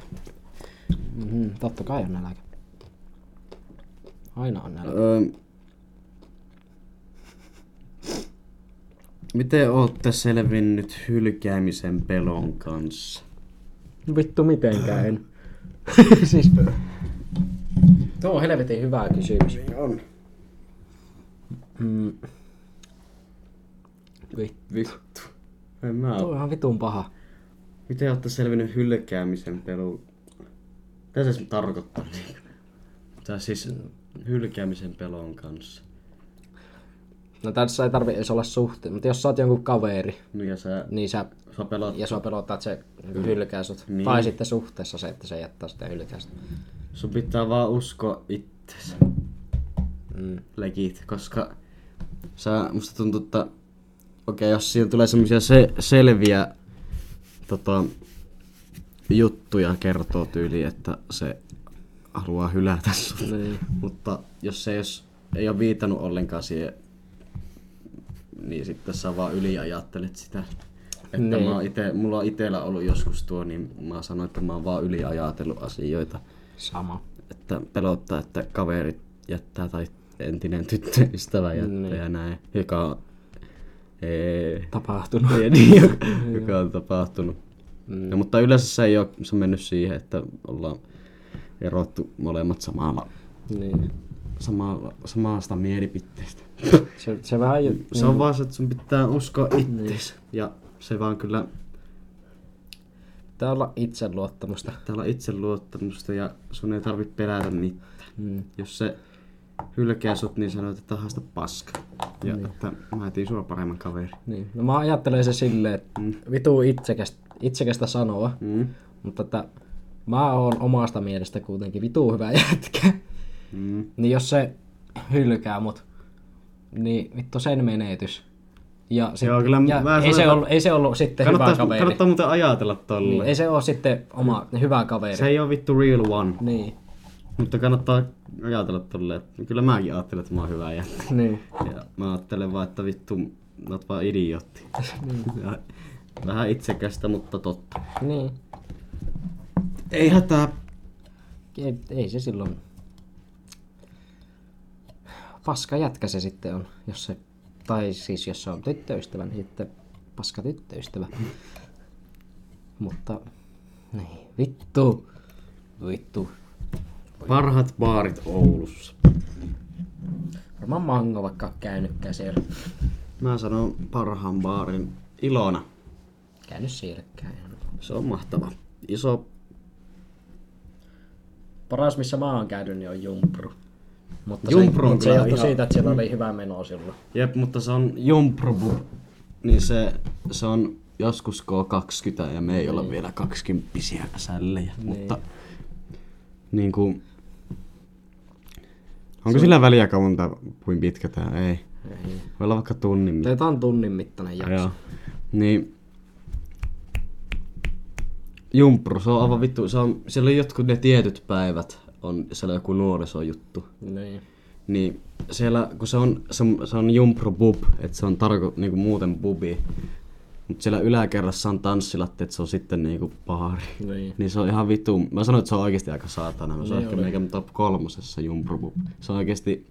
Mm, totta kai on nälkä. Aina on nälkä.
Öö, miten ootte selvinnyt hylkäämisen pelon kanssa?
Vittu mitenkään en. siis, tuo on helvetin hyvä kysymys.
On.
Mm. Vittu.
Vittu. En mä
Tuo on
oo.
ihan vitun paha.
Miten ootte selvinnyt hylkäämisen pelon? Mitä se siis tarkoittaa? Tää siis hylkäämisen pelon kanssa.
No tässä ei tarvi edes olla suhte, mutta jos sä oot jonkun kaveri,
Mikä sä,
niin sä
sä pelot?
Ja sua pelottaa, että se niinku hylkää sut.
Niin.
Niin. Tai sitten suhteessa se, että se jättää sitä hylkää sut.
Sun pitää vaan uskoa itses. Mm. Legit, koska sä, musta tuntuu, että okei, okay, jos siihen tulee semmoisia se, selviä tota, juttuja kertoo tyyli, että se haluaa hylätä sut.
Niin.
Mutta jos se ei, jos, ei ole viitannut ollenkaan siihen, niin sitten sä vaan yliajattelet sitä. Että niin.
Niin.
mä oon ite, mulla on itellä ollut joskus tuo, niin mä sanoin, että mä oon vaan yliajatellut asioita
Sama.
että pelottaa, että kaverit jättää tai entinen tyttöystävä jättää niin. ja näin, joka on, ee,
Tapahtunut.
ja niin, joka, joka on tapahtunut. Mm. No, mutta yleensä se ei ole se on mennyt siihen, että ollaan erottu molemmat samalla,
Niin.
samalla, samasta mielipiteestä.
Se, se vähän jo...
Se on vaan se, että sun pitää uskoa itseesi ja se vaan kyllä
Pitää olla itseluottamusta.
täällä on itseluottamusta ja sun ei tarvitse pelätä mitään. Mm. Jos se hylkää sut, niin sanoit, että haasta paska. Ja mm. että mä etin sua paremman kaverin.
Niin. No mä ajattelen se silleen, että
Mm.
vitu itsekästä, itsekästä sanoa. Mm. Mutta että mä oon omasta mielestä kuitenkin vitu hyvä jätkä. Mm. Niin jos se hylkää mut, niin vittu sen menetys. Ja sit,
Joo, kyllä
ja
mä sanon,
ei, se
että-
ollut, ei se ollut sitten hyvä
Kannattaa,
kaveri.
kannattaa muuten ajatella
Niin,
tolle.
ei se ole sitten oma hyvä kaveri.
se ei oo vittu real one.
Niin,
Mutta kannattaa ajatella tolle. Kyllä mäkin ajattelen, että mä oon hyvä jätkä.
niin.
Ja mä ajattelen vaan, että vittu, mä oot vaan idiootti. Ja Vähän itsekästä, mutta totta.
niin.
Ei hätää.
Ei, ei se silloin... Paska jätkä se sitten on, jos se... Tai siis jos se on tyttöystävä, niin sitten paska tyttöystävä. Mutta... Niin, vittu. Vittu.
Parhat baarit Oulussa.
Varmaan mango vaikka on käynytkään siellä.
Mä sanon parhaan baarin Ilona.
Käynyt sielläkään. ihan.
Se on mahtava. Iso
Paras missä mä oon käynyt, niin on Jumpru. Mutta
Jumpru
se,
on
mutta se
kyllä
johtui
ihan-
siitä, että siellä oli hyvä meno silloin.
Jep, mutta se on Jomprobu. Niin se, se on joskus K20 ja me ei olla vielä 20 sällejä, niin. mutta niin kuin, Onko sillä väliä kauan tää, kuin pitkä tää? Ei.
Ei.
Voi olla vaikka tunnin mitta.
Tää on tunnin mittainen jakso.
Joo. Niin. Jumpru, se on aivan vittu. Se on, siellä on jotkut ne tietyt päivät. On siellä joku nuorisojuttu.
Niin.
Niin siellä, kun se on, se, on- se on jumpru bub, että se on tarko, niinku muuten bubi. Mutta siellä yläkerrassa on tanssilat, että se on sitten niinku baari.
Niin.
Niin se on ihan vitu. Mä sanoin, että se on oikeasti aika saatana. Mä se on ehkä meikä top kolmosessa jumpru bub. Se on oikeasti,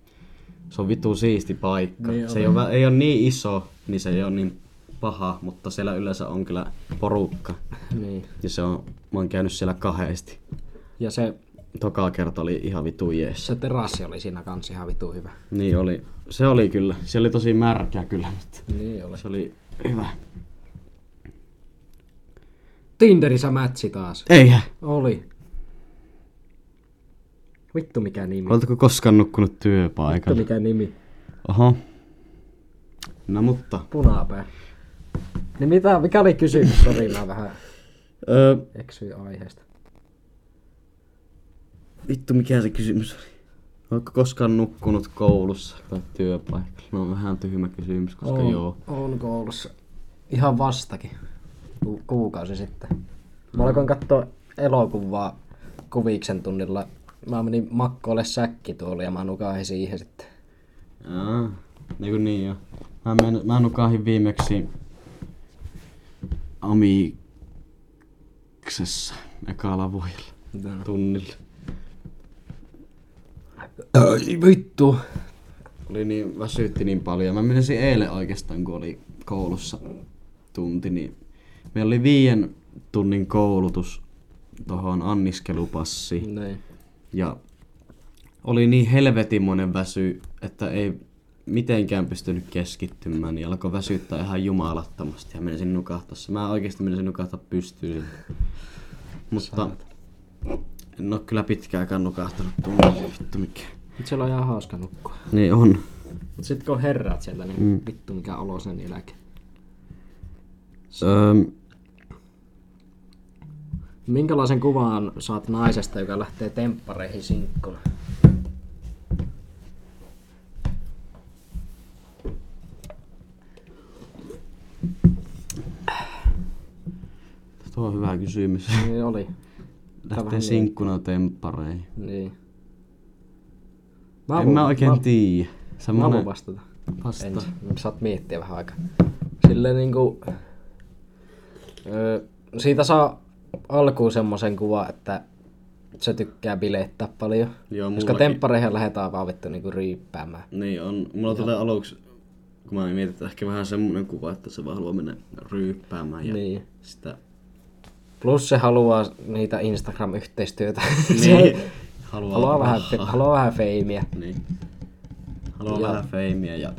se on vitu siisti paikka.
Niin
se ei ole, ei ole niin iso, niin se ei ole niin paha, mutta siellä yleensä on kyllä porukka.
niin.
Ja se on, mä oon käynyt siellä kahdesti.
Ja se,
Toka kerta oli ihan vitu jees.
se terassi oli siinä kanssa ihan vitu hyvä.
Niin oli. Se oli kyllä. Se oli tosi märkä kyllä, mutta
Niin oli.
se oli hyvä.
Tinderissä mätsi taas.
Eihän.
Oli. Vittu mikä nimi.
Oletko koskaan nukkunut
Vittu
työpaikalla?
mikä nimi.
Oho. No mutta.
Punapää. Niin mitä, mikä oli kysymys? Sori mä vähän
Öö,
eksyin aiheesta.
vittu mikä se kysymys oli? Oletko koskaan nukkunut koulussa tai työpaikalla? No vähän tyhmä kysymys, koska
Oon-
joo.
oon koulussa. Ihan vastakin. Ku- kuukausi sitten. Mä alkoin katsoa elokuvaa kuviksen tunnilla. Mä menin makkoille säkkituoli ja mä nukahin siihen sitten.
Aa, niin kuin niin joo. Mä, men, mä nukahin viimeksi amiksessa ekalla vuodella tunnilla.
Ai vittu.
Oli niin, väsytti niin paljon. Mä menisin eilen oikeastaan, kun oli koulussa tunti, niin meillä oli viien tunnin koulutus tohon anniskelupassiin.
Niin.
Ja oli niin helvetimoinen väsy, että ei mitenkään pystynyt keskittymään, niin alkoi väsyttää ihan jumalattomasti ja menisin nukahtassa. Mä oikeasti menisin nukahtaa pystyyn. Mutta en oo kyllä pitkäänkään nukahtanut tunnilla, vittu mikä.
Mut siellä on ihan hauska nukkua.
Niin on.
Mut sit kun herraat sieltä, niin mm. vittu mikä olo sen jälkeen.
Öö,
Minkälaisen kuvan saat naisesta, joka lähtee temppareihin sinkkuna?
tuo on hyvä kysymys.
Niin oli.
Lähtee sinkkuna temppareihin.
Niin.
Mä
Mä
en mä oikein mä... tiedä.
Mä voin
Semmonen
vastata.
vasta.
Ensin. Saat miettiä vähän aikaa. Silleen niinku... Öö, siitä saa alkuun semmoisen kuvan, että se tykkää bilettää paljon.
Joo,
Koska
mullakin.
temppareihin lähdetään vaan vittu niinku riippäämään.
Niin on. Mulla tulee aluksi, kun mä mietin, että ehkä vähän semmonen kuva, että se vaan haluaa mennä ryyppäämään ja
Niin.
sitä
Plus se haluaa niitä Instagram-yhteistyötä.
niin.
se
haluaa,
haluaa vähän,
rahaa.
haluaa vähän feimiä.
Niin. Haluaa vähän feimiä ja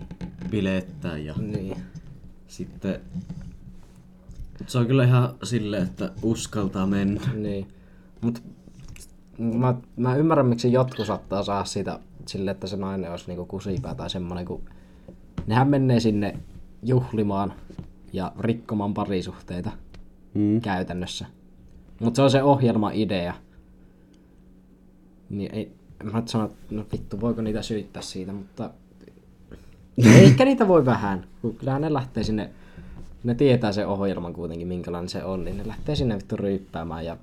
bilettää ja
Niin.
sitten Mut se on kyllä ihan silleen, että uskaltaa mennä.
Niin. Mut mä, mä ymmärrän, miksi jotkut saattaa saada siitä sille, että se nainen olisi niinku kusipää tai semmoinen, kun nehän menee sinne juhlimaan ja rikkomaan parisuhteita
Mm.
käytännössä. Mutta se on se ohjelman idea. Niin ei, mä et sano, että no vittu, voiko niitä syyttää siitä, mutta Eikä niitä voi vähän, kun kyllähän ne lähtee sinne, ne tietää sen ohjelman kuitenkin, minkälainen se on, niin ne lähtee sinne vittu ryyppäämään ja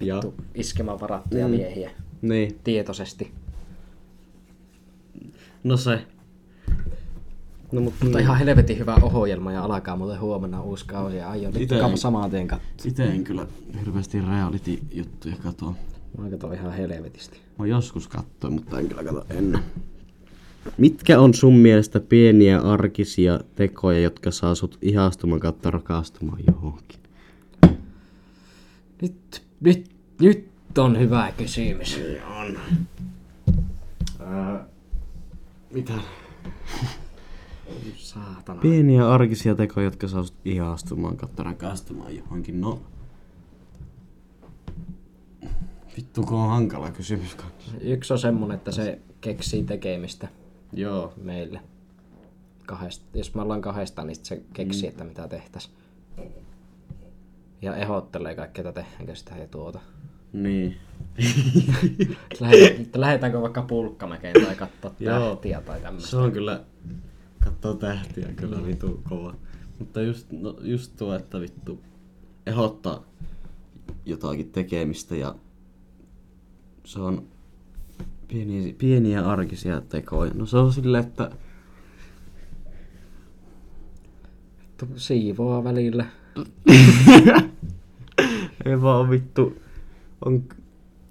Ja.
vittu iskemään varattuja miehiä
Niin.
tietoisesti.
No se. No mut
Mutta ihan helvetin hyvä ohjelma ja alkaa muuten huomenna uusi kausi ja aion
Ite-
Itse... samaan tien katsoa.
Itse en kyllä hirveästi reality-juttuja katso.
Mä katson ihan helvetisti.
Mä joskus katsoin, mutta en kyllä katso ennen. Mitkä on sun mielestä pieniä arkisia tekoja, jotka saa sut ihastumaan kautta rakastumaan johonkin?
Nyt, nyt, nyt on hyvä kysymys.
On. Ää, mitä?
Saatana.
Pieniä arkisia tekoja, jotka saa sut ihastumaan kautta rakastumaan johonkin. No. Vittu, kun on hankala kysymys kanssa.
Yksi on semmonen, että se keksii tekemistä
Joo.
meille. Kahdesta. Jos me ollaan kahdesta, niin sit se
Mm.
keksii, että mitä tehtäis. Ja ehdottelee kaikkea, että tehdäänkö sitä ja tuota.
Niin.
Lähet- Lähetäänkö, vaikka pulkkamäkeen tai katsoa
Joo.
tähtiä tai tämmöistä.
Se on kyllä, kattoo tähtiä kyllä vitu kova. Mutta just, no, just tuo, että vittu ehdottaa jotakin tekemistä ja se on pieniä, pieniä arkisia tekoja. No se on silleen, että
Siivoaa välillä.
ei vaan on vittu, on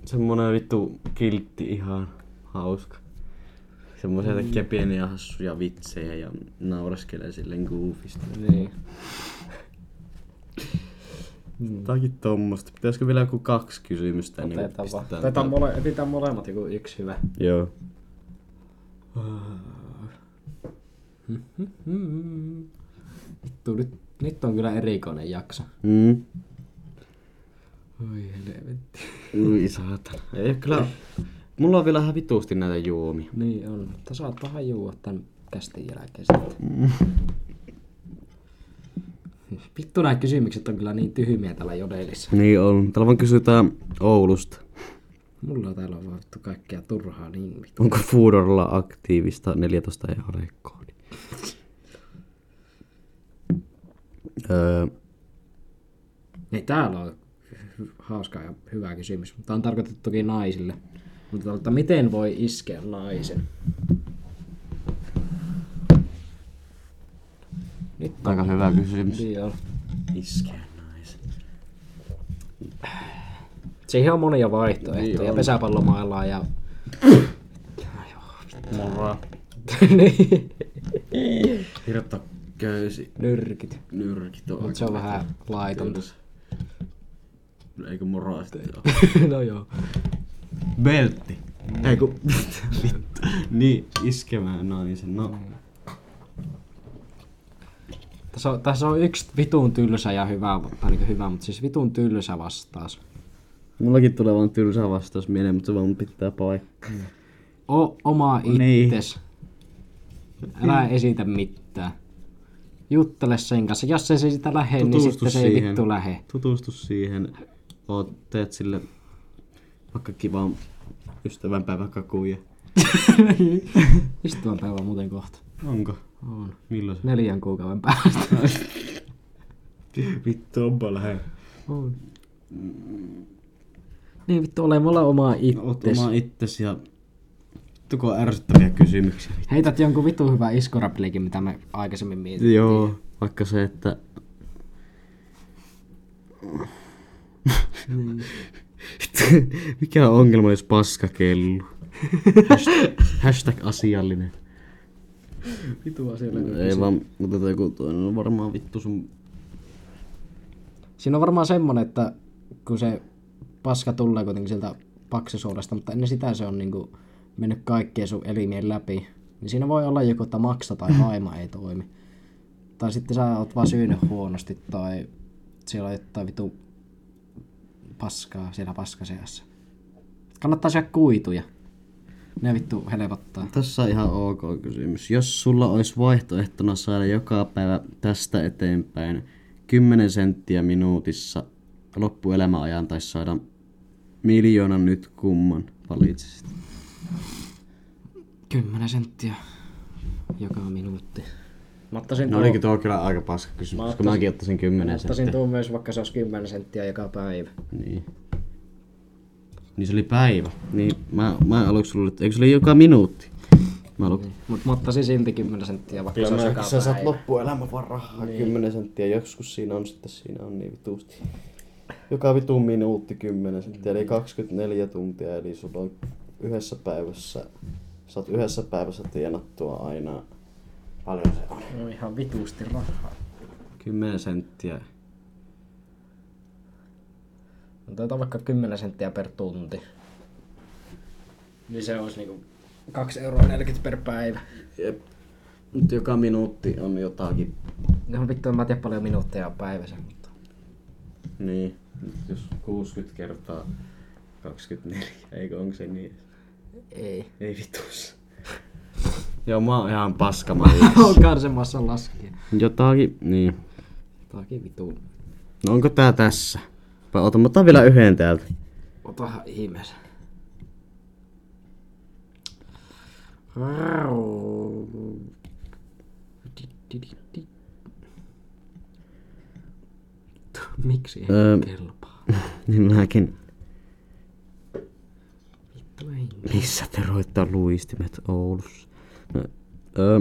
semmonen vittu kiltti ihan hauska. Semmoisia tekee pieniä hassuja vitsejä ja naureskelee silleen goofista.
Niin.
Jotakin tommosta. Pitäisikö vielä joku kaksi kysymystä ennen kuin
Otetaan vaan.
Niin, pistetään?
Otetaan mole, pitää molemmat joku yksi hyvä.
Joo.
Mm. Vittu, nyt, nyt on kyllä erikoinen jakso.
Mm.
Oi helvetti.
Ui saatana. Ei oo kyllä... Mulla on vielä ihan vituusti näitä juomia.
Niin on, mutta saat vähän juua tän kästin jälkeen sitten. Vittu nämä kysymykset on kyllä niin tyhmiä täällä jodelissa.
Niin on. Täällä vaan kysytään Oulusta.
Mulla on täällä on vaan vittu kaikkea turhaa niin vittu.
Onko Foodorilla aktiivista 14 ja alekoodi? öö,
Niin täällä on hy- hauska ja hyvä kysymys, mutta tää on tarkoitettu toki naisille. Mutta tältä, miten voi iskeä naisen? Nyt
aika hyvä kysymys.
Niin on.
Iskeä naisen.
Siihen on monia vaihtoehtoja. Niin Pesäpallomailaa ja...
Moro. Kirjoittaa köysi.
Nyrkit.
Nyrkit on
Mut se on vähän laitonta.
Eikö moroa sitten joo?
no joo.
Beltti. Ei kun... Vittu. Niin, iskemään naisen. No.
Tässä on, tässä on yksi vitun tylsä ja hyvä, tai niin hyvä, mutta siis vitun tylsä vastaus.
Mullakin tulee vaan tylsä vastaus mieleen, mutta se vaan pitää paikkaa.
O, oma
Niin.
itses. Älä esitä mitään. Juttele sen kanssa. Jos ei se sitä lähe, niin
Tutustu
sitten se ei
siihen.
vittu lähe.
Tutustu siihen. Oot, teet sille vaikka kivaan ystävänpäivän kakuja.
Istuvan päivä on muuten kohta.
Onko?
On.
Milloin se?
Neljän kuukauden päästä.
Vittu, onpa lähe.
On. Niin vittu, ole mulla oma
Oot
itses.
oma itses ja... Vittu, kun on ärsyttäviä kysymyksiä.
Heität jonkun vittu hyvää iskorapliikin, mitä me aikaisemmin mietimme.
Joo, vaikka se, että... Niin. Mikä on ongelma, jos paska kellu? Hashtag, hashtag asiallinen.
Vitu asia.
Ei vaan, otetaan joku toinen. No varmaan vittu sun...
Siinä on varmaan semmonen, että kun se paska tulee kuitenkin sieltä paksisuudesta, mutta ennen sitä se on niinku mennyt kaikkien sun elimien läpi, niin siinä voi olla joku, että maksa tai haima ei toimi. Tai sitten sä oot vaan syynyt huonosti tai siellä on jotain vitu paskaa siellä paskaseassa. Kannattaa syödä kuituja. Ne vittu helpottaa.
Tässä on ihan ok kysymys. Jos sulla olisi vaihtoehtona saada joka päivä tästä eteenpäin 10 senttiä minuutissa loppuelämäajan tai saada miljoonan nyt kumman valitsisit?
10 senttiä. joka minuutti.
Mä ottaisin
No
tuon-
olikin tuo kyllä aika paska kysymys,
Mä
koska
ottaisin-
mäkin ottaisin
mä
kymmenen
ottaisin
sitten.
tuon myös, vaikka se olisi 10 senttiä joka päivä.
Niin. Niin se oli päivä. Niin mä, mä aluksi luulin, että eikö se oli joka minuutti? Mä
Niin.
aluksi.
Mut mä ottaisin silti 10 senttiä, vaikka se olisi joka
Sä saat
päivä.
loppuelämä vaan rahaa. Niin. 10 senttiä. Joskus siinä on sitten siinä on niin vituusti. Joka vitun minuutti 10 senttiä, eli 24 tuntia, eli sulla on yhdessä päivässä, saat yhdessä päivässä tienattua aina, paljon se on?
No ihan vituusti rahaa.
10 senttiä.
Otetaan No vaikka 10 senttiä per tunti.
Niin se olisi niinku 2 euroa 40 per päivä.
Jep. Nyt joka minuutti on jotakin.
No vittu, en mä tiedä paljon minuutteja on päivässä, mutta...
Niin. Nyt jos 60 kertaa 24, eikö onko se niin?
Ei.
Ei vitus. Joo, mä oon ihan paskamalla.
Onkaan se massan laskija.
Jotakin, niin.
Jotakin vitu.
No onko tää tässä? Vai otan, mä otan vielä yhden täältä.
Otahan ihmeessä. Miksi ei
Öö.
kelpaa?
Niin mäkin.
Vittu ei.
Missä te roittaa luistimet Oulussa? No, öö,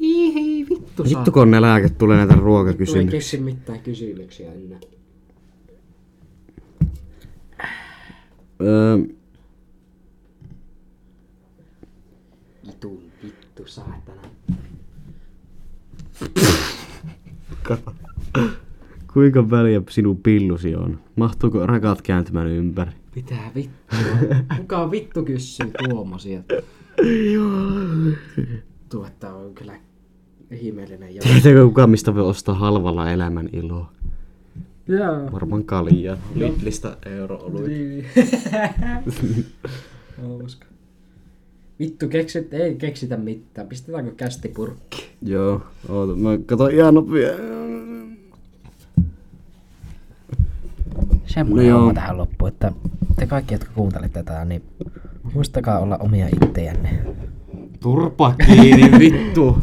Hii hii vittu saa.
vittu kun ne lääket tulee näitä
Vittu ei
ruokakysymyksiä.
keksi mitään kysymyksiä enää.
Öö,
Vitu vittu saatana.
kuinka väliä sinun pillusi on? Mahtuuko rakat kääntymään ympäri?
Mitä vittu? Kuka vittu kysyy tuommoisia? Vittu, että on kyllä ihmeellinen jo.
Tietääkö kukaan mistä voi ostaa halvalla elämän iloa?
Joo. niin.
Varmaan kaljaa. Lidlistä euro oli.
Hauska. Vittu, keksit, ei keksitä mitään. Pistetäänkö kästi purkki?
Joo, oota, mä katon ihan nopea.
Semmoinen
No
no
joo.
homma tähän loppuun, että te kaikki, jotka kuuntelette tätä, niin muistakaa olla omia ittejänne.
Turpa kiinni, vittu!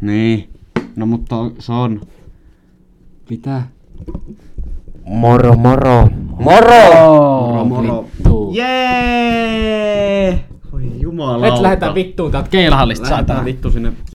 niin. No mutta se on... Mitä?
Moro moro! Moro!
moro.
Vittu.
Jee! Voi jumalauta.
Et lähetä vittuun täältä keilahallista, saatana.
Lähetään vittu sinne